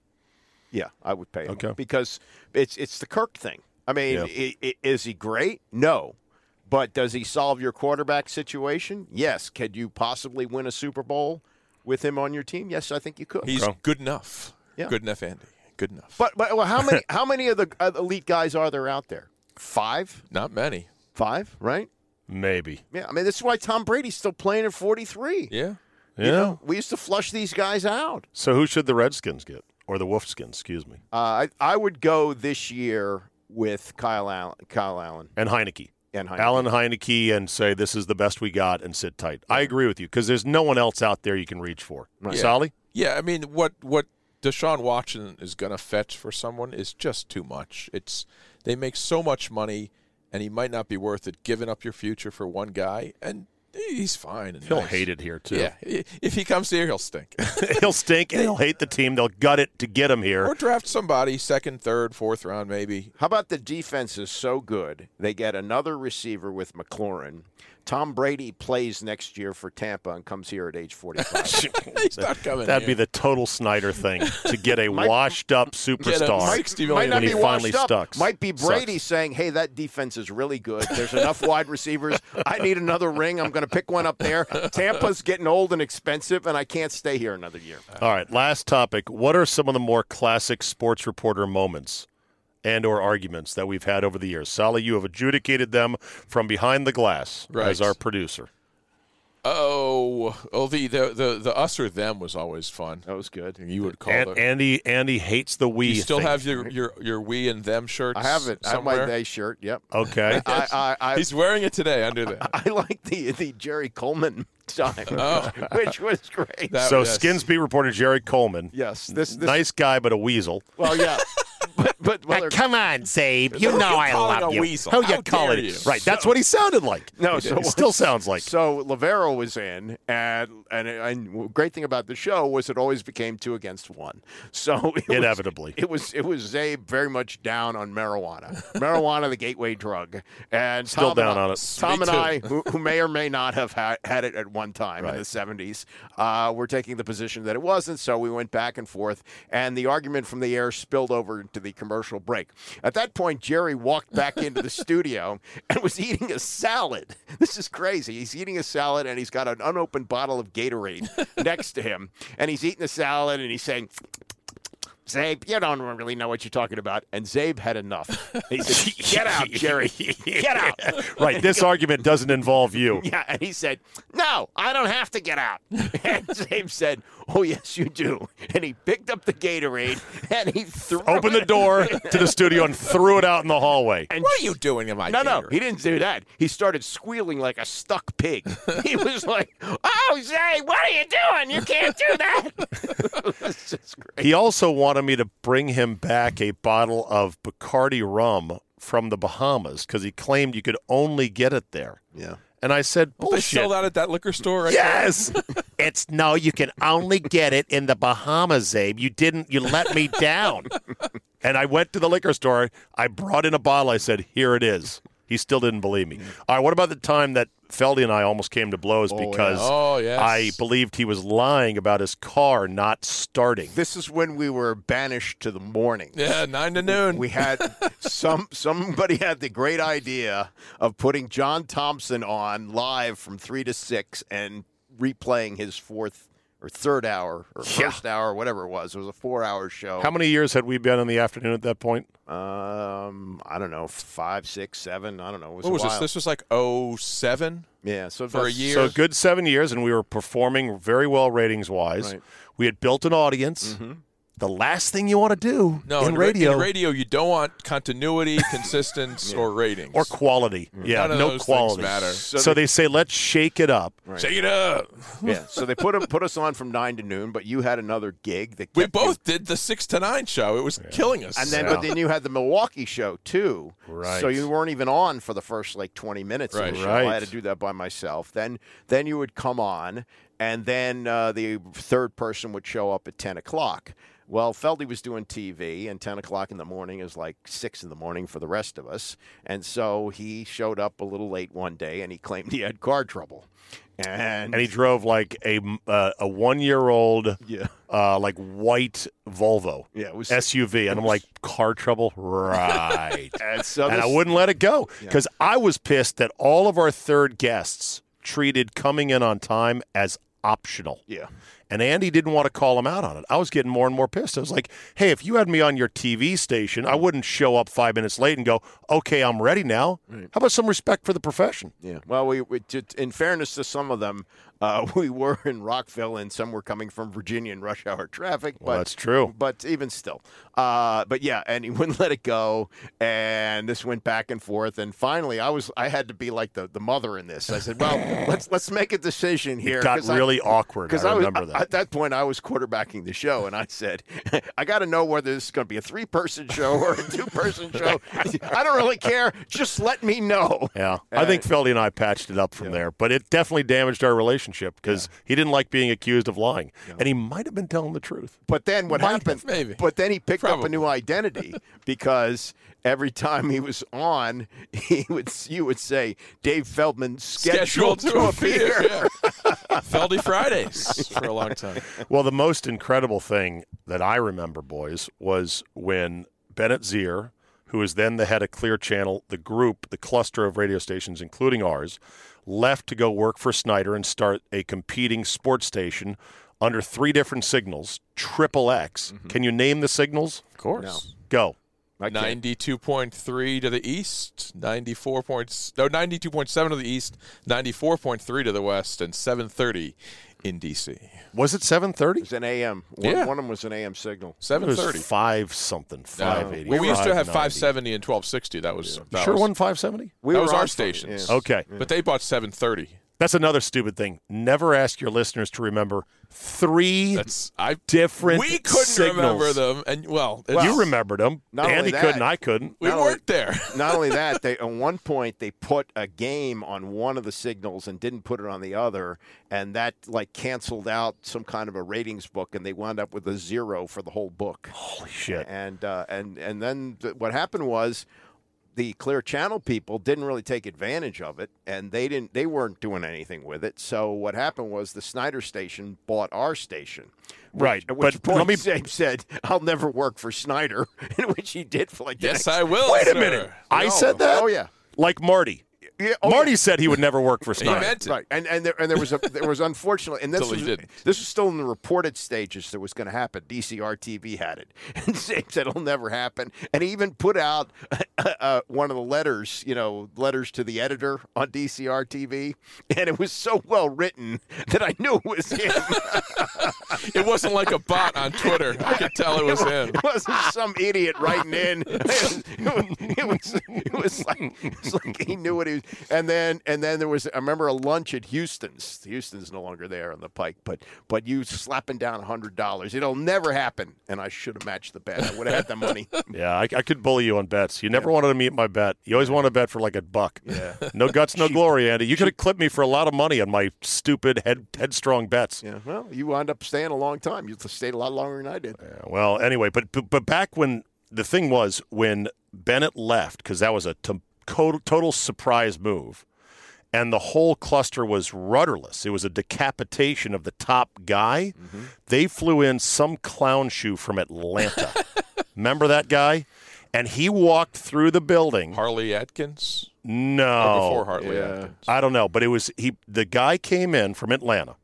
S4: Yeah, I would pay him
S1: Okay.
S4: because it's it's the Kirk thing. I mean,
S1: Yeah.
S4: i i is he great? No, but does he solve your quarterback situation? Yes. Could you possibly win a Super Bowl with him on your team? Yes, I think you could.
S5: He's good enough.
S4: Yeah.
S5: Good enough, Andy. Good enough.
S4: but but well,
S1: *laughs*
S4: how many how many of the uh, elite guys are there out there? Five,
S5: Not many.
S4: five, right?
S1: Maybe.
S4: Yeah, I mean this is why Tom Brady's still playing at forty three.
S5: Yeah.
S1: Yeah.
S4: You know, we used to flush these guys out.
S1: So who should the Redskins get, or the Wolfskins? Excuse me.
S4: Uh, I I would go this year with Kyle Allen. Kyle Allen.
S1: And Heineke.
S4: And Heineke.
S1: Alan Heineke, and say this is the best we got, and sit tight. I agree with you because there's no one else out there you can reach for.
S5: Yeah.
S1: Solly.
S5: Yeah, I mean, what what Deshaun Watson is going to fetch for someone is just too much. It's they make so much money, and he might not be worth it. Giving up your future for one guy, and he's fine. And
S1: He'll
S5: nice.
S1: hate it here too.
S5: Yeah, i- if he comes here, he'll stink.
S1: *laughs* he'll stink and he'll hate the team. They'll gut it to get him here.
S5: or draft somebody second, third, fourth round, maybe.
S4: How about the defense is so good they get another receiver with McLaurin. Tom Brady plays next year for Tampa and comes here at age
S5: *laughs*
S4: 45.
S5: *laughs* He's not coming.
S1: That'd be
S5: here.
S1: the total Snyder thing to get a washed up superstar
S5: Might- might not
S1: when he
S5: be
S1: finally
S4: washed up.
S1: stucks.
S4: Might be
S1: Sucks.
S4: Brady saying, "Hey, that defense is really good. There's enough *laughs* wide receivers. I need another ring. I'm going to pick one up there. Tampa's getting old and expensive, and I can't stay here another year."
S1: All right, last topic. What are some of the more classic sports reporter moments and or arguments that we've had over the years? Sally, you have adjudicated them from behind the glass as
S5: Right.
S1: our producer.
S5: Oh, oh, the the the, the us or them was always fun.
S4: That was good.
S5: You would call
S1: And
S5: it.
S1: Andy Andy hates the we
S5: You still
S1: thing.
S5: have your your your we and them shirts.
S4: I have it. I have my
S5: somewhere? Oh,
S4: day shirt. Yep.
S5: *laughs*
S1: Okay.
S4: I, I, I,
S5: He's wearing it today under there.
S4: I like the the Jerry Coleman *laughs* time,
S5: Oh.
S4: which was great.
S1: *laughs*
S5: That-
S1: so
S5: yes.
S1: Skinsby reporter Jerry Coleman.
S4: Yes, this- this-
S1: nice guy but a weasel.
S4: Well, yeah. *laughs* But, but well, they're-
S1: Ah, Come on, Zabe.
S5: Who you calling a weasel?
S1: Who
S5: How
S1: you calling?
S5: dare you?
S1: Right, that's what he sounded like.
S4: no,
S1: He
S4: so
S1: still sounds like.
S4: So Lavero was in, and and and great thing about the show was it always became two against one. So *laughs* it was-
S1: Inevitably.
S4: it was it was Zabe very much down on marijuana, marijuana the gateway drug, and
S1: Still
S4: Tom
S1: down
S4: and I-
S1: on it.
S4: Tom
S5: Me
S4: and
S5: too.
S4: I,
S5: *laughs*
S4: who, who may or may not have had, had it at one time in
S1: Right.
S4: the '70s, uh, were taking the position that it wasn't. So we went back and forth, and the argument from the air spilled over into the commercial break. At that point, Jerry walked back into
S5: *laughs*
S4: the studio and was eating a salad. This is crazy. He's eating a salad, and he's got an unopened bottle of
S5: *laughs*
S4: Gatorade next to him, and he's eating the salad, and he's saying. Zabe, you don't really know what you're talking about. And Zabe had enough. He said, Get out, Jerry. Get out.
S5: *laughs*
S1: right, this argument doesn't involve you.
S4: *laughs* Yeah. And he said, No, I don't have to get out. *laughs* And Zabe said, Oh, yes, you do. And he picked up the Gatorade and he threw
S1: Opened
S4: it-
S1: the door to the studio and threw it out in the hallway.
S4: And
S5: What are you doing in my
S4: No, no,
S5: Gatorade?
S4: he didn't do that. He started squealing like a stuck pig.
S1: *laughs*
S4: He was like, Oh, Zabe, what are you doing? You can't do that. *laughs* It's just great.
S1: He also wanted me to bring him back a bottle of Bacardi rum from the Bahamas because he claimed you could only get it there.
S4: Yeah.
S1: And I said,
S5: Don't they
S1: bullshit.
S5: sell that at that liquor store right
S1: yes. it's no, you can only get it in the Bahamas, Abe. You didn't, you let me down. and I went to the liquor store. I brought in a bottle. I said, here it is. He still didn't believe me. All right, what about the time that Feldy and I almost came to blows
S4: yeah.
S1: because
S4: Oh, yes.
S1: I believed he was lying about his car not starting?
S4: This is when we were banished to the morning.
S5: Yeah, nine to noon.
S4: *laughs* We had some somebody had the great idea of putting John Thompson on live from three to six and replaying his fourth or third hour or
S1: Yeah.
S4: first hour, whatever it was. It was a four-hour show.
S1: How many years had we been in the afternoon at that point?
S4: Um, I don't know, five, six, seven. I don't know. It was
S5: What
S4: a
S5: was this?
S4: while.
S5: This was like 07?
S4: Yeah, so
S5: for a year.
S1: So a good seven years, and we were performing very well ratings wise.
S5: Right.
S1: We had built an audience. The last thing you want to do
S5: No,
S1: in, radio,
S5: in radio, you don't want *laughs* continuity, consistency, or ratings.
S1: or quality, yeah,
S5: Mm. None
S1: no
S5: of those things
S1: quality.
S5: matter.
S1: So,
S5: So
S1: they, say let's shake it up.
S4: Right.
S5: Shake it up.
S4: yeah, so they put put us on from nine to noon, but you had another gig that
S5: We
S4: kept you-
S5: both did the six to nine show. It was killing us.
S4: And then, but then you had the Milwaukee show too.
S1: Right.
S4: So you weren't even on for the first like 20 minutes of
S5: Right.
S4: the show.
S1: Right.
S4: I had to do that by myself. Then, then you would come on, and then uh, the third person would show up at 10 o'clock. Well, Feldy was doing TV, and 10 o'clock in the morning is like 6 in the morning for the rest of us. And so he showed up a little late one day, and he claimed he had car trouble. And,
S1: And he drove like a uh, a one year old,
S4: Yeah.
S1: uh, like white Volvo
S4: yeah, it was.
S1: SUV, and I'm like car trouble,
S5: *laughs*
S1: right?
S4: and so
S1: and I
S4: this-
S1: wouldn't let it go because I was pissed that all of our third guests treated coming in on time as optional.
S4: Yeah.
S1: And Andy didn't want to call him out on it. I was getting more and more pissed. I was like, hey, if you had me on your TV station, I wouldn't show up five minutes late and go, okay, I'm ready now. How about some respect for the profession?
S4: Yeah. Well, we, we to, in fairness to some of them, uh, *laughs* we were in Rockville, and some were coming from Virginia in rush hour traffic. But,
S1: Well, that's true.
S4: But even still, uh, but yeah, and he *laughs* wouldn't let it go, and this went back and forth, and finally, I was I had to be like the, the mother in this. I said,
S1: *laughs*
S4: well, let's let's make a decision here.
S1: It got
S4: 'cause I-
S1: really awkward. I
S4: was-
S1: remember that.
S4: At that point, I was quarterbacking the show, and I said, *laughs* I got to know whether this is going to be a three person show or a two
S1: *laughs*
S4: person show. I don't really care. Just let me know.
S1: Yeah, I think Feldy and I patched it up from there, but it definitely damaged our relationship because he didn't like being accused of lying, and he might have been telling the truth.
S4: But then what
S1: Might
S4: happened?
S5: have, maybe.
S4: But then he picked up a
S5: Probably.
S4: new
S5: *laughs*
S4: identity because every time he was on, *laughs* he would you would say Dave Feldman scheduled,
S5: *laughs* scheduled to appear. yeah. *laughs* Feldy Fridays *laughs* for a long time.
S1: Well, the most incredible thing that I remember, boys, was when Bennett Zier, who was then the head of Clear Channel, the group, the cluster of radio stations, including ours, left to go work for Snyder and start a competing sports station under three different signals, triple X.
S5: Mm-hmm.
S1: Can you name the signals?
S5: Of course.
S1: Go.
S4: I can't.
S5: 92.3 to the east, 94 points, no, 92.7 to the east, 94.3 to the west, and 730 in D.C.
S1: Was it seven
S4: It
S1: thirty?
S4: was an AM. One,
S5: Yeah.
S4: one of them was an AM signal.
S1: It was
S5: 730.
S1: five something, five eighty.
S5: we used to have 570 and 1260. That was, that
S1: Sure,
S5: was-
S1: one five seventy.
S4: We
S5: that
S4: were
S5: was
S4: on
S5: our
S4: for-
S5: stations.
S4: yeah.
S1: Okay,
S5: But they bought 730.
S1: that's another stupid thing. Never ask your listeners to remember three
S5: That's I
S1: different.
S5: We couldn't
S1: signals.
S5: remember them, and well, it's-
S1: you remembered them.
S4: not
S1: Andy
S4: only that-
S1: couldn't. I couldn't.
S5: we
S4: No,
S1: *laughs*
S5: weren't there.
S4: Not only
S5: *laughs*
S4: that, they at one point they put a game on one of the signals and didn't put it on the other, and that like canceled out some kind of a ratings book, and they wound up with a zero for the whole book.
S1: Holy shit!
S4: and uh, and and then th- what happened was the clear channel people didn't really take advantage of it and they didn't they weren't doing anything with it so what happened was the snyder station bought our station which-
S1: Right,
S4: at which
S1: but let
S4: point
S1: me-
S4: Zabe said i'll never work for snyder *laughs* which he did for like the
S5: yes,
S4: next-
S5: I will.
S1: Wait a
S5: sir.
S1: minute. I
S4: No.
S1: said that.
S4: Oh, yeah.
S1: Like Marty.
S4: Yeah, oh,
S1: Marty said he would never work for
S5: He
S1: Snyder.
S5: meant it.
S4: Right, and and there, and there was a there was unfortunately, and this
S5: Till he
S4: was
S5: didn't.
S4: this was still in the reported stages that was going to happen. DCR TV had it, *laughs* and Zabe said it'll never happen, and he even put out uh, one of the letters, you know, letters to the editor on *laughs* DCR TV, and it was so well written that I knew it was him.
S5: It wasn't like a bot
S1: *laughs*
S5: on Twitter. I could tell it was him.
S4: It wasn't some idiot writing in. *laughs* It was, it was like, it was like he knew what he was. And then and then there was I remember a lunch at Houston's. Houston's no longer there on the Pike, but but you slapping down hundred dollars. It'll never happen. And I should have matched the bet. I would have had
S1: *laughs*
S4: the money.
S1: Yeah, I, I could bully you on bets. You never wanted to meet my bet. You always wanted to bet for like a buck.
S4: Yeah.
S1: No guts,
S4: *laughs*
S1: no glory, Andy. You could have clipped me for a lot of money on my stupid head headstrong bets.
S4: Yeah. Well, you wound up staying a long time. You stayed a lot longer than I did.
S1: Well, anyway, but but, but back when the thing was when Bennett left because that was a to- co- total surprise move, and the whole cluster was rudderless. It was a decapitation of the top guy. They flew in some clown shoe from Atlanta. Remember that guy? And he walked through the building.
S5: Harley Atkins.
S1: No,
S5: Or before Hartley Yeah. Atkins.
S1: I don't know, but it was he. The guy came in from Atlanta,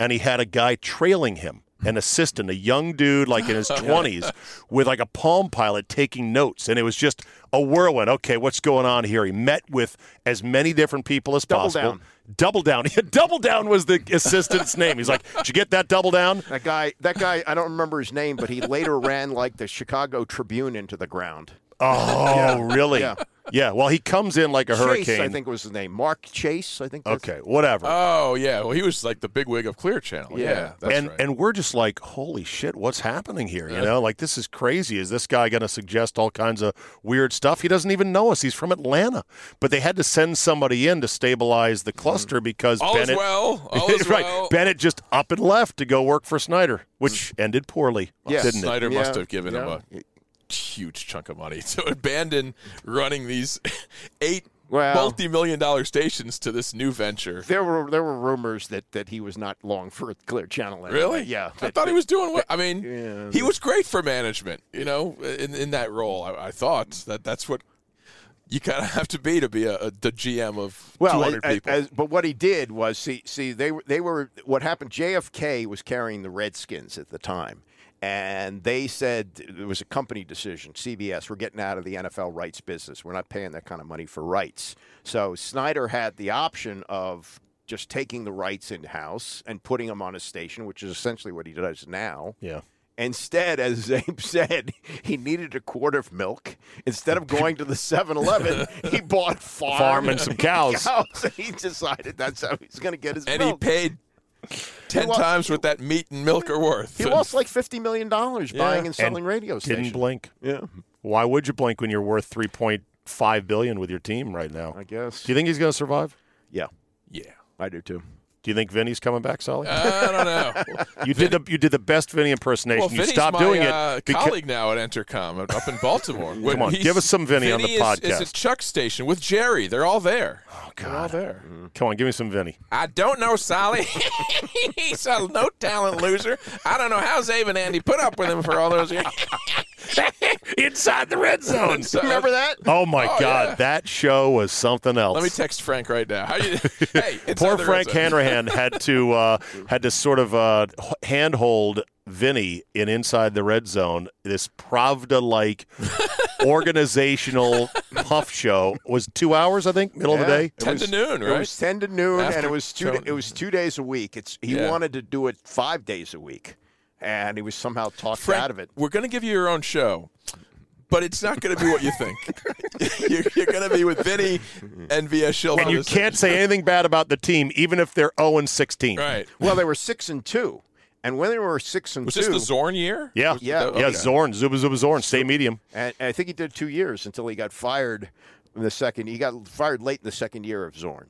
S1: and he had a guy trailing him, an assistant, a young dude like in his twenties, with like a Palm Pilot taking notes, and it was just a whirlwind. Okay, what's going on here? He met with as many different people as
S4: Double
S1: possible.
S4: down.
S1: Double down. *laughs* double down was the
S4: *laughs*
S1: assistant's name. He's like, "Did you get that double down?"
S4: That guy, that guy, I don't remember his name, but he later ran like the Chicago Tribune into the ground.
S1: Oh,
S4: Yeah.
S1: really?
S4: Yeah.
S1: Yeah, Well, he comes in like a
S4: Chase,
S1: hurricane.
S4: I think was his name. Mark Chase, I think. That's,
S1: Okay, whatever.
S5: Oh yeah. Well, he was like the big wig of Clear Channel. Yeah. that's
S1: and
S5: right.
S1: and we're just like, holy shit, what's happening here? You
S5: Yeah.
S1: know, like this is crazy. Is this guy going to suggest all kinds of weird stuff? He doesn't even know us. He's from Atlanta, but they had to send somebody in to stabilize the cluster because
S5: Mm-hmm. All is
S1: Bennett, *laughs*
S5: well. All is
S1: right.
S5: well. Mm.
S1: Bennett just up and left to go work for Snyder, which ended poorly,
S5: Yes.
S1: didn't
S5: Snyder
S1: it?
S5: must have given him a huge chunk of money *laughs* to abandon running these *laughs* eight
S4: Well-
S5: multi-million dollar stations to this new venture.
S4: There were there were rumors that, that he was not long for *laughs* Clear Channel. anyway.
S5: Really?
S4: Yeah.
S5: I
S4: that-
S5: thought he
S4: that-
S5: was doing well. I mean,
S4: Yeah.
S5: he was great for management. You know, in in that role, I, I thought that that's what you kind of have to be to be a, a the GM of
S4: Well,
S5: 200
S4: as-
S5: people.
S4: as- but what he did was see see they were they were what happened. JFK was carrying the Redskins at the time, and they said it was a company decision. CBS, we're getting out of the NFL rights business. We're not paying that kind of money for rights. So Snyder had the option of just taking the rights in house and putting them on a station, which is essentially what he does now.
S1: Yeah.
S4: Instead, as *laughs* Zabe said, he needed a quart of milk. Instead of going to the 7 Eleven,
S5: *laughs*
S4: he bought farm,
S1: Farm and some
S4: *laughs*
S1: cows.
S4: and he decided that's how he's going to get his
S5: and he
S4: milk. *laughs*
S5: paid ten
S4: wa-
S5: times what that meat and milk are worth.
S4: He
S5: And-
S4: lost like $50 million buying and selling radio
S1: didn't
S4: stations.
S1: blink.
S4: Yeah.
S5: Mm.
S1: Why would you blink when you're worth three point five billion with your team right now? I
S4: guess.
S1: Do you think he's going to survive?
S4: Yeah.
S5: Yeah.
S4: I do too.
S1: Do you think Vinny's coming back, Solly?
S5: Uh, I don't know.
S1: You did the you did the best Vinny impersonation.
S5: Well,
S1: you
S5: Vinny's
S1: stopped
S5: my,
S1: doing it.
S5: Uh,
S1: beca-
S5: colleague now at Entercom up in
S1: *laughs*
S5: Baltimore. When
S1: on,
S5: he's-
S1: give us some Vinny on the
S5: is- Is,
S1: podcast.
S5: at Chuck's station with Jerry. They're all there. Oh
S1: God,
S5: they're all there.
S1: Come on, give me some
S5: *laughs*
S1: Vinny.
S5: I don't know, Sally. *laughs* He's a no talent loser. I don't know how Zabe and Andy put up with him for all those
S1: *laughs*
S5: years.
S1: Inside the red
S5: zone.
S4: Remember that?
S1: Oh my
S5: Oh,
S1: God,
S5: yeah.
S1: that show was something else.
S5: Let me text Frank right now.
S1: *laughs*
S5: How you, hey, it's
S1: Poor
S5: other
S1: Frank
S5: red zone. *laughs*
S1: Hanrahan had to uh, had to sort of uh, h- handhold Vinny in inside the red zone. This Pravda
S5: *laughs*
S1: like organizational puff show was two hours, I think, middle of the
S4: Yeah.
S1: day.
S4: It
S5: Ten to noon,
S4: It
S5: right?
S4: was 10 to noon, and
S5: After
S4: it was two.
S5: Tony.
S4: It was two days a week. It's he
S5: Yeah.
S4: wanted to do it five days a week, and he was somehow talked
S5: Frank,
S4: out of it.
S5: We're going to give you your own show, but it's not going to be what you
S1: *laughs*
S5: think. *laughs* you're you're going to be with Vinny and VS Schill.
S1: And you can't
S5: *laughs*
S1: say anything bad about the team, even if they're zero and sixteen.
S5: Right.
S4: Well, they were six and two, and when they were six and
S5: Was
S4: two,
S5: this the Zorn year?
S1: Yeah,
S5: Was-
S1: yeah,
S5: okay.
S1: yeah. Zorn, Zuba, Zuba, Zorn, stay medium.
S4: And, and I think he did two years until he got fired in the second. He got fired late in the second year of Zorn.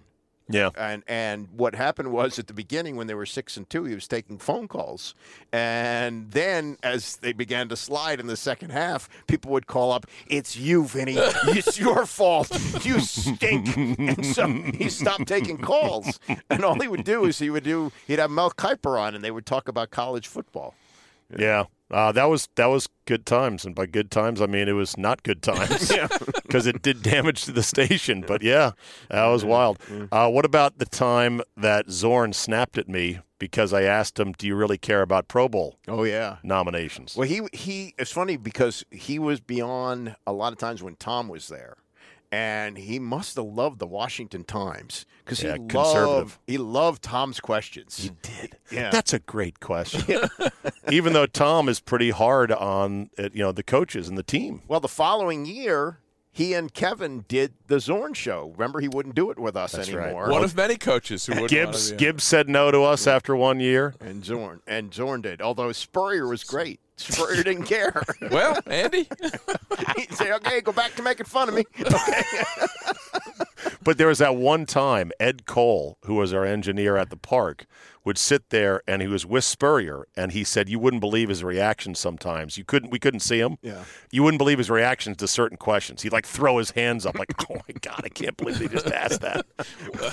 S1: Yeah.
S4: And and what happened was at the beginning when they were six and two, he was taking phone calls, and then as they began to slide in the second half, people would call up, "It's you, *laughs* Vinny. It's your fault. You stink." And so he stopped taking calls, and all he would do is he would do he'd have Mel Kiper on, and they would talk about college football.
S1: Yeah. Uh, that was that was good times, and by good times I mean it was not good *laughs* times because it did damage to the station. But yeah, that was wild. Uh, what about the time that Zorn snapped at me because I asked him, "Do you really care about Pro Bowl
S4: Oh yeah.
S1: nominations?"
S4: Well, he he. It's funny because he was beyond a lot of times when Tom was there, and he must have loved the Washington Times because
S1: Yeah,
S4: he loved
S1: conservative.
S4: he loved Tom's questions. He
S1: did.
S4: Yeah.
S1: That's a great question. *laughs* Even though Tom is pretty hard on uh, you know the coaches and the team.
S4: Well, the following year, he and Kevin did the Zorn Show. Remember, he wouldn't do it with us
S1: That's right.
S4: anymore.
S1: One Well, of
S5: many coaches
S4: *laughs*
S5: who wouldn't wanna
S1: Gibbs
S5: be on-
S1: Gibbs said no to us after one year.
S4: And Zorn and Zorn did. Although Spurrier was great. Spurrier didn't care. *laughs*
S5: Well, Andy,
S4: he'd say, "Okay, go back to making fun
S1: *laughs*
S4: of me." Okay.
S1: But there was that one time Ed Cole, who was our engineer at the park, would sit there and he was with Spurrier, and he said you wouldn't believe his reaction sometimes. You couldn't we couldn't see him.
S4: Yeah.
S1: You wouldn't believe his reactions to certain questions. He'd like throw his hands up like, *laughs* Oh my god, I can't believe they just asked that.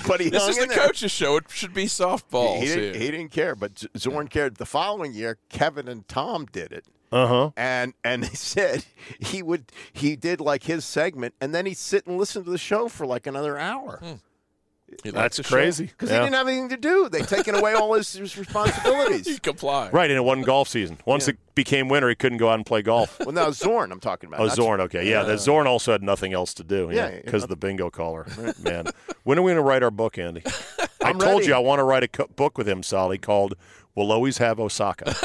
S4: But *laughs* he
S5: *laughs* this
S4: hung
S5: is
S4: in
S5: the
S4: there.
S5: coach's show. It should be softballs.
S4: he, didn't,
S5: here.
S4: he didn't care, but Z- Zorn cared. The following year, Kevin and Tom did it.
S1: Uh-huh.
S4: and and *laughs* they said he would he did like his segment and then he'd sit and listen to the show for like another hour
S1: That's
S5: *laughs*
S1: crazy.
S4: because
S1: Hmm. Yeah.
S4: he didn't have anything to do they'd taken away all
S1: *laughs*
S4: his, his responsibilities
S5: comply
S1: Right, and it wasn't golf season. Once it became winter, he couldn't go out and play golf.
S4: well no zorn i'm talking about
S1: Oh,
S4: not-
S1: Zorn. Okay, yeah.
S4: Uh,
S1: that Zorn also had nothing else to do.
S4: Yeah,
S1: Yeah,
S4: yeah.
S1: because the bingo caller. *laughs* Man, when are we going to write our book,
S4: *laughs*
S1: Andy? I told
S4: ready.
S1: you I want to write a co- book with him, Sally, called "We'll Always Have
S4: *laughs*
S1: Osaka."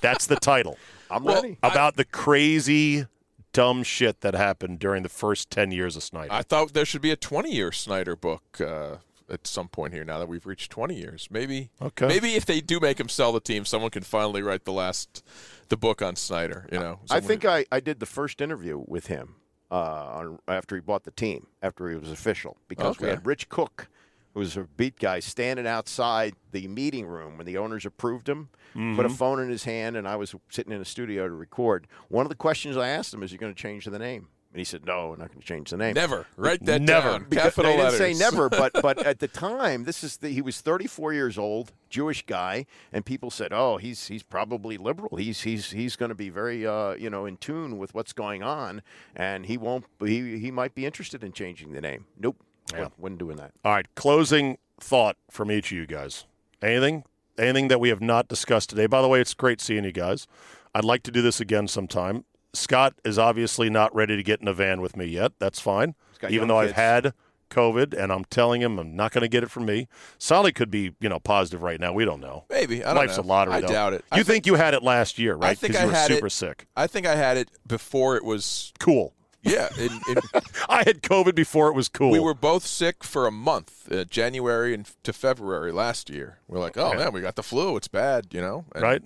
S1: That's the title.
S4: I'm Well, ready.
S1: About the crazy, dumb shit that happened during the first ten years of Snyder.
S5: I thought there should be a 20 year Snyder book uh, at some point here now that we've reached 20 years. Maybe
S1: Okay.
S5: maybe if they do make him sell the team, someone can finally write the last the book on Snyder, you know.
S4: i
S5: Someone-
S4: think I, I did the first interview with him uh, on, after he bought the team after he was official because we
S5: Okay.
S4: had rich cook who was a beat guy standing outside the meeting room when the owners approved him put a
S5: Mm-hmm.
S1: Mhm.
S4: phone in his hand and i was sitting in a studio to record one of the questions i asked him is you going to change the name and he said no we're not going to change the name
S5: Never. Write that
S4: never
S5: down.
S4: Because-
S5: Capital
S4: they didn't
S5: letters.
S4: say never but but at the time this is the, he was 34 years old jewish guy and people said oh he's he's probably liberal he's he's he's going to be very uh, you know in tune with what's going on and he won't he he might be interested in changing the name nope yeah. wasn't doing that
S1: All right, closing thought from each of you guys. Anything? Anything that we have not discussed today? By the way, it's great seeing you guys. I'd like to do this again sometime. Scott is obviously not ready to get in a van with me yet. That's fine.
S4: He's got
S1: Even
S4: young
S1: though I've
S4: kids.
S1: had COVID and I'm telling him I'm not going to get it from me. Sally could be, you know, positive right now. We don't know.
S5: Maybe. I don't
S1: Life's
S5: know.
S1: a lottery.
S5: I
S1: though.
S5: doubt it. I
S1: You think you had it last year,
S5: I
S1: right?
S5: think
S1: Because
S5: I
S1: you were
S5: had
S1: super
S5: it,
S1: sick.
S5: I think I had it before it was
S1: Cool. *laughs*
S5: Yeah, it,
S4: *laughs*
S5: it,
S1: I had COVID before it was cool.
S5: we were both sick for a month, uh, January and f- to February last year. We're like, oh
S1: Okay.
S5: man, we got the flu. It's bad, you know. And
S1: Right.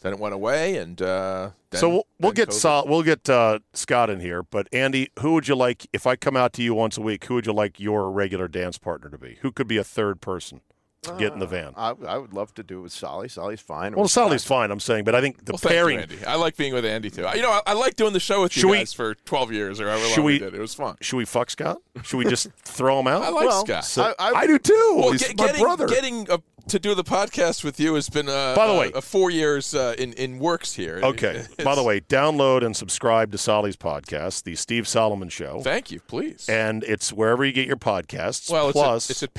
S5: Then it went away, and uh, then,
S1: so we'll, we'll
S5: then
S1: get
S5: COVID.
S1: Sol- we'll get uh, Scott in here, but Andy, who would you like if I come out to you once a week? Who would you like your regular dance partner to be? Who could be a third person to get
S5: Uh,
S1: in the van?
S4: I, I would love to do it with Solly. Solly's fine.
S1: Well, Sally's fine, I'm saying, but I think the
S5: Well, thank you,
S1: pairing.
S5: Andy. I like being with Andy too. I- You know, I, I like doing the show with you
S1: Should we-
S5: guys for 12 years or however
S1: Should
S5: long we,
S1: we-
S5: did. It was fun.
S1: Should we fuck Scott? Should we
S5: *laughs*
S1: just throw him out?
S5: I like Scott.
S1: so-
S5: I-
S1: I,
S5: I-
S1: do too.
S5: well,
S1: He's
S5: ge-
S1: my
S5: getting,
S1: brother.
S5: getting uh to do the podcast with you has been uh,
S1: By the
S5: uh,
S1: way-
S5: uh, four years uh, in in works here. *laughs*
S1: Okay. By the way, download and subscribe to Solly's podcast, the Steve Solomon Show,
S5: thank you, please.
S1: and it's wherever you get your podcasts.
S5: well, it's, at-
S1: plus,
S5: it's at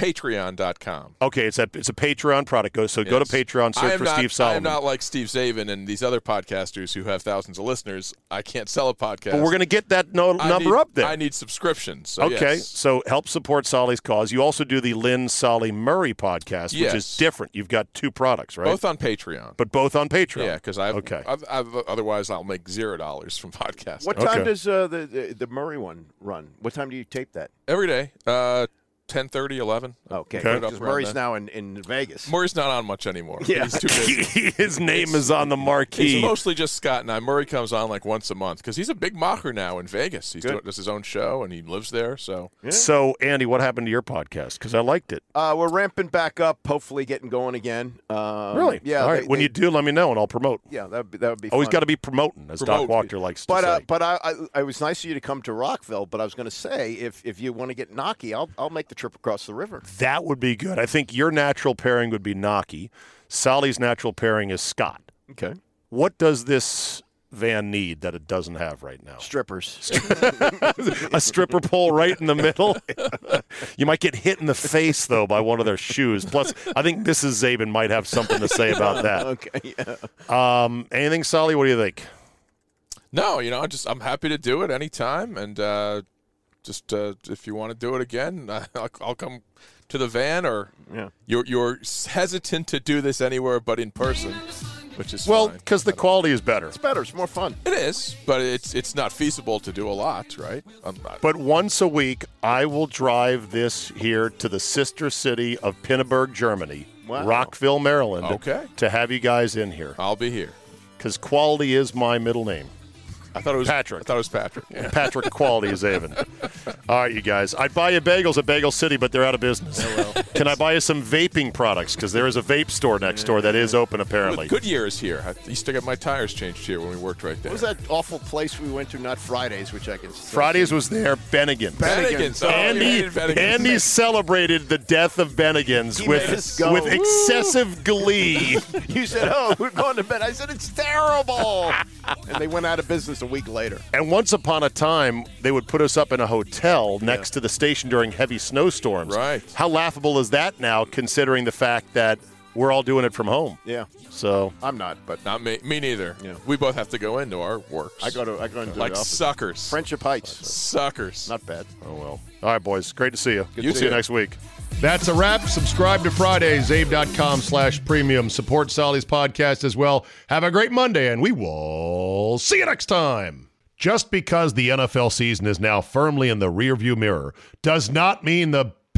S5: patreon.com.
S1: okay, it's a it's a Patreon product. Go so go to
S5: Yes.
S1: Patreon,
S5: I
S1: search
S5: am
S1: for
S5: not-
S1: Steve
S5: I am
S1: Solomon.
S5: not like Steve Zabin and these other podcasters who have thousands of listeners. I can't sell a podcast.
S1: But we're going to get that no-
S5: I
S1: number
S5: need-
S1: up there.
S5: I need subscriptions. So
S1: okay,
S5: yes.
S1: so help support Solly's cause. You also do the Lynn Solly Murray podcast, which
S5: Yes.
S1: is different. You've got two products, right?
S5: Both on Patreon.
S1: but both on Patreon. *laughs*
S5: Yeah, because I've,
S1: okay.
S5: I've, I've, otherwise I'll make zero dollars from podcasts.
S4: What time does uh, the, the the Murray one run? What time do you tape that? Oh,
S5: every day? Uh, 10, 11.
S1: Oh.
S4: Okay,
S5: Put it up
S4: because
S5: around
S4: Murray's
S5: then.
S4: now in, in Vegas.
S5: Murray's not on much anymore.
S4: Yeah.
S5: He's
S1: *laughs*
S5: too busy.
S1: His name is on the marquee.
S5: It's mostly just Scott and I. Murray comes on like once a month because he's a big mocker now in Vegas. He's
S4: Good.
S5: doing, does his own show and he lives there. So
S1: So, Andy, what happened to your podcast? Because I liked it.
S4: Uh, we're ramping back up. Hopefully, getting going again. Um,
S1: really?
S4: Yeah.
S1: All right.
S4: they-
S1: when
S4: they-
S1: you do, let me know and I'll promote.
S4: Yeah, that would be that would be.
S1: Always
S4: fun.
S1: Oh, got to be promoting, as
S5: Promote.
S1: Doc Walker likes
S4: But
S1: to
S4: uh,
S1: say.
S4: but I, I it was nice of you to come to Rockville. But I was going to say if if you want to get knocky, I'll I'll make the trip across the river.
S1: that would be good. I think your natural pairing would be Naki. Solly's natural pairing is Scott.
S4: Okay.
S1: What does this van need that it doesn't have right now?
S4: Strippers. *laughs*
S1: a stripper pole right in the middle. you might get hit in the face though by one of their shoes. Plus, I think Mrs. Zabin might have something to say about
S5: *laughs*
S1: that.
S4: okay. Yeah.
S1: Um, anything, Solly? What do you think?
S5: no, you know, I just I'm happy to do it anytime and uh, just uh, if you want to do it again, *laughs* I'll, I'll come to the van. Or
S4: Yeah.
S5: you're you're hesitant to do this anywhere but in person, which is
S13: Well,
S5: fine.
S13: because the quality is better.
S4: It's better. It's more fun.
S5: It is, but it's it's not feasible to do a lot, right? Um, I-
S13: But once a week, I will drive this here to the sister city of Pinneberg, Germany,
S5: Wow.
S13: Rockville, Maryland,
S5: Okay.
S13: to have you guys in here.
S5: I'll be here.
S13: Because quality is my middle name.
S5: I thought it was
S13: Patrick.
S5: I thought it was Patrick. Yeah.
S13: Patrick Quality is Avon. All right, you guys. I'd buy you bagels at Bagel City, but they're out of business.
S4: Oh,
S13: Can I buy you some vaping products? Because there is a vape store next door that is open, apparently.
S5: But Goodyear is here. I used to get my tires changed here when we worked right there.
S4: What was that awful place we went to? Not Fridays, which I can. still
S13: Fridays
S4: see.
S13: was there. Bennigan.
S5: Bennigan's. Oh,
S13: Andy,
S5: yeah, Bennigan's.
S13: Andy celebrated the death of Bennigan's
S4: He made us
S13: with
S4: go,
S13: with
S4: "Woo!"
S13: excessive glee.
S4: You said, "Oh, *laughs* we're going to bed." I said, "It's terrible," and they went out of business a week later.
S13: And once upon a time, they would put us up in a hotel next to the station during heavy snowstorms.
S5: Right.
S13: How laughable is that now, considering the fact that we're all doing it from home?
S4: Yeah,
S13: So
S4: I'm not, but
S5: Not me. Me neither.
S4: Yeah.
S5: We both have to go into our works.
S4: I go to I go into
S5: like
S4: the office.
S5: suckers.
S4: Friendship Heights.
S5: suckers.
S4: Not bad.
S13: Oh well. All right, boys. Great to see you.
S5: to
S13: see
S5: see
S13: you
S5: you.
S13: next week.
S1: That's a wrap. Subscribe to Fridays, abe.com slash premium. Support Sally's podcast as well. Have a great Monday, and we will see you next time. Just because the NFL season is now firmly in the rearview mirror does not mean the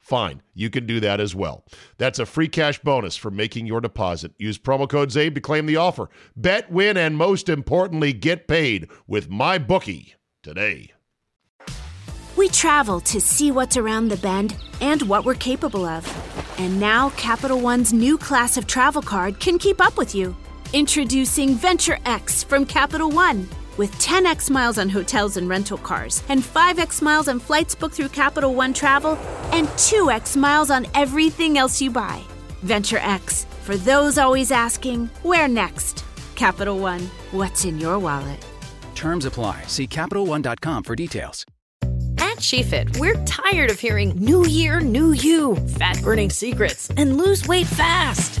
S1: fine. You can do that as well. That's a free cash bonus for making your deposit. Use promo code ZABE to claim the offer. Bet, win, and most importantly, get paid with my bookie today.
S3: We travel to see what's around the bend and what we're capable of. And now Capital One's new class of travel card can keep up with you. Introducing Venture X from Capital One. With 10x miles on hotels and rental cars, and 5x miles on flights booked through Capital One Travel, and 2x miles on everything else you buy. Venture X, for those always asking, where next? Capital One, what's in your wallet?
S10: Terms apply. See CapitalOne.com for details.
S14: At SheFit, we're tired of hearing new year, new you, fat burning secrets, and lose weight fast.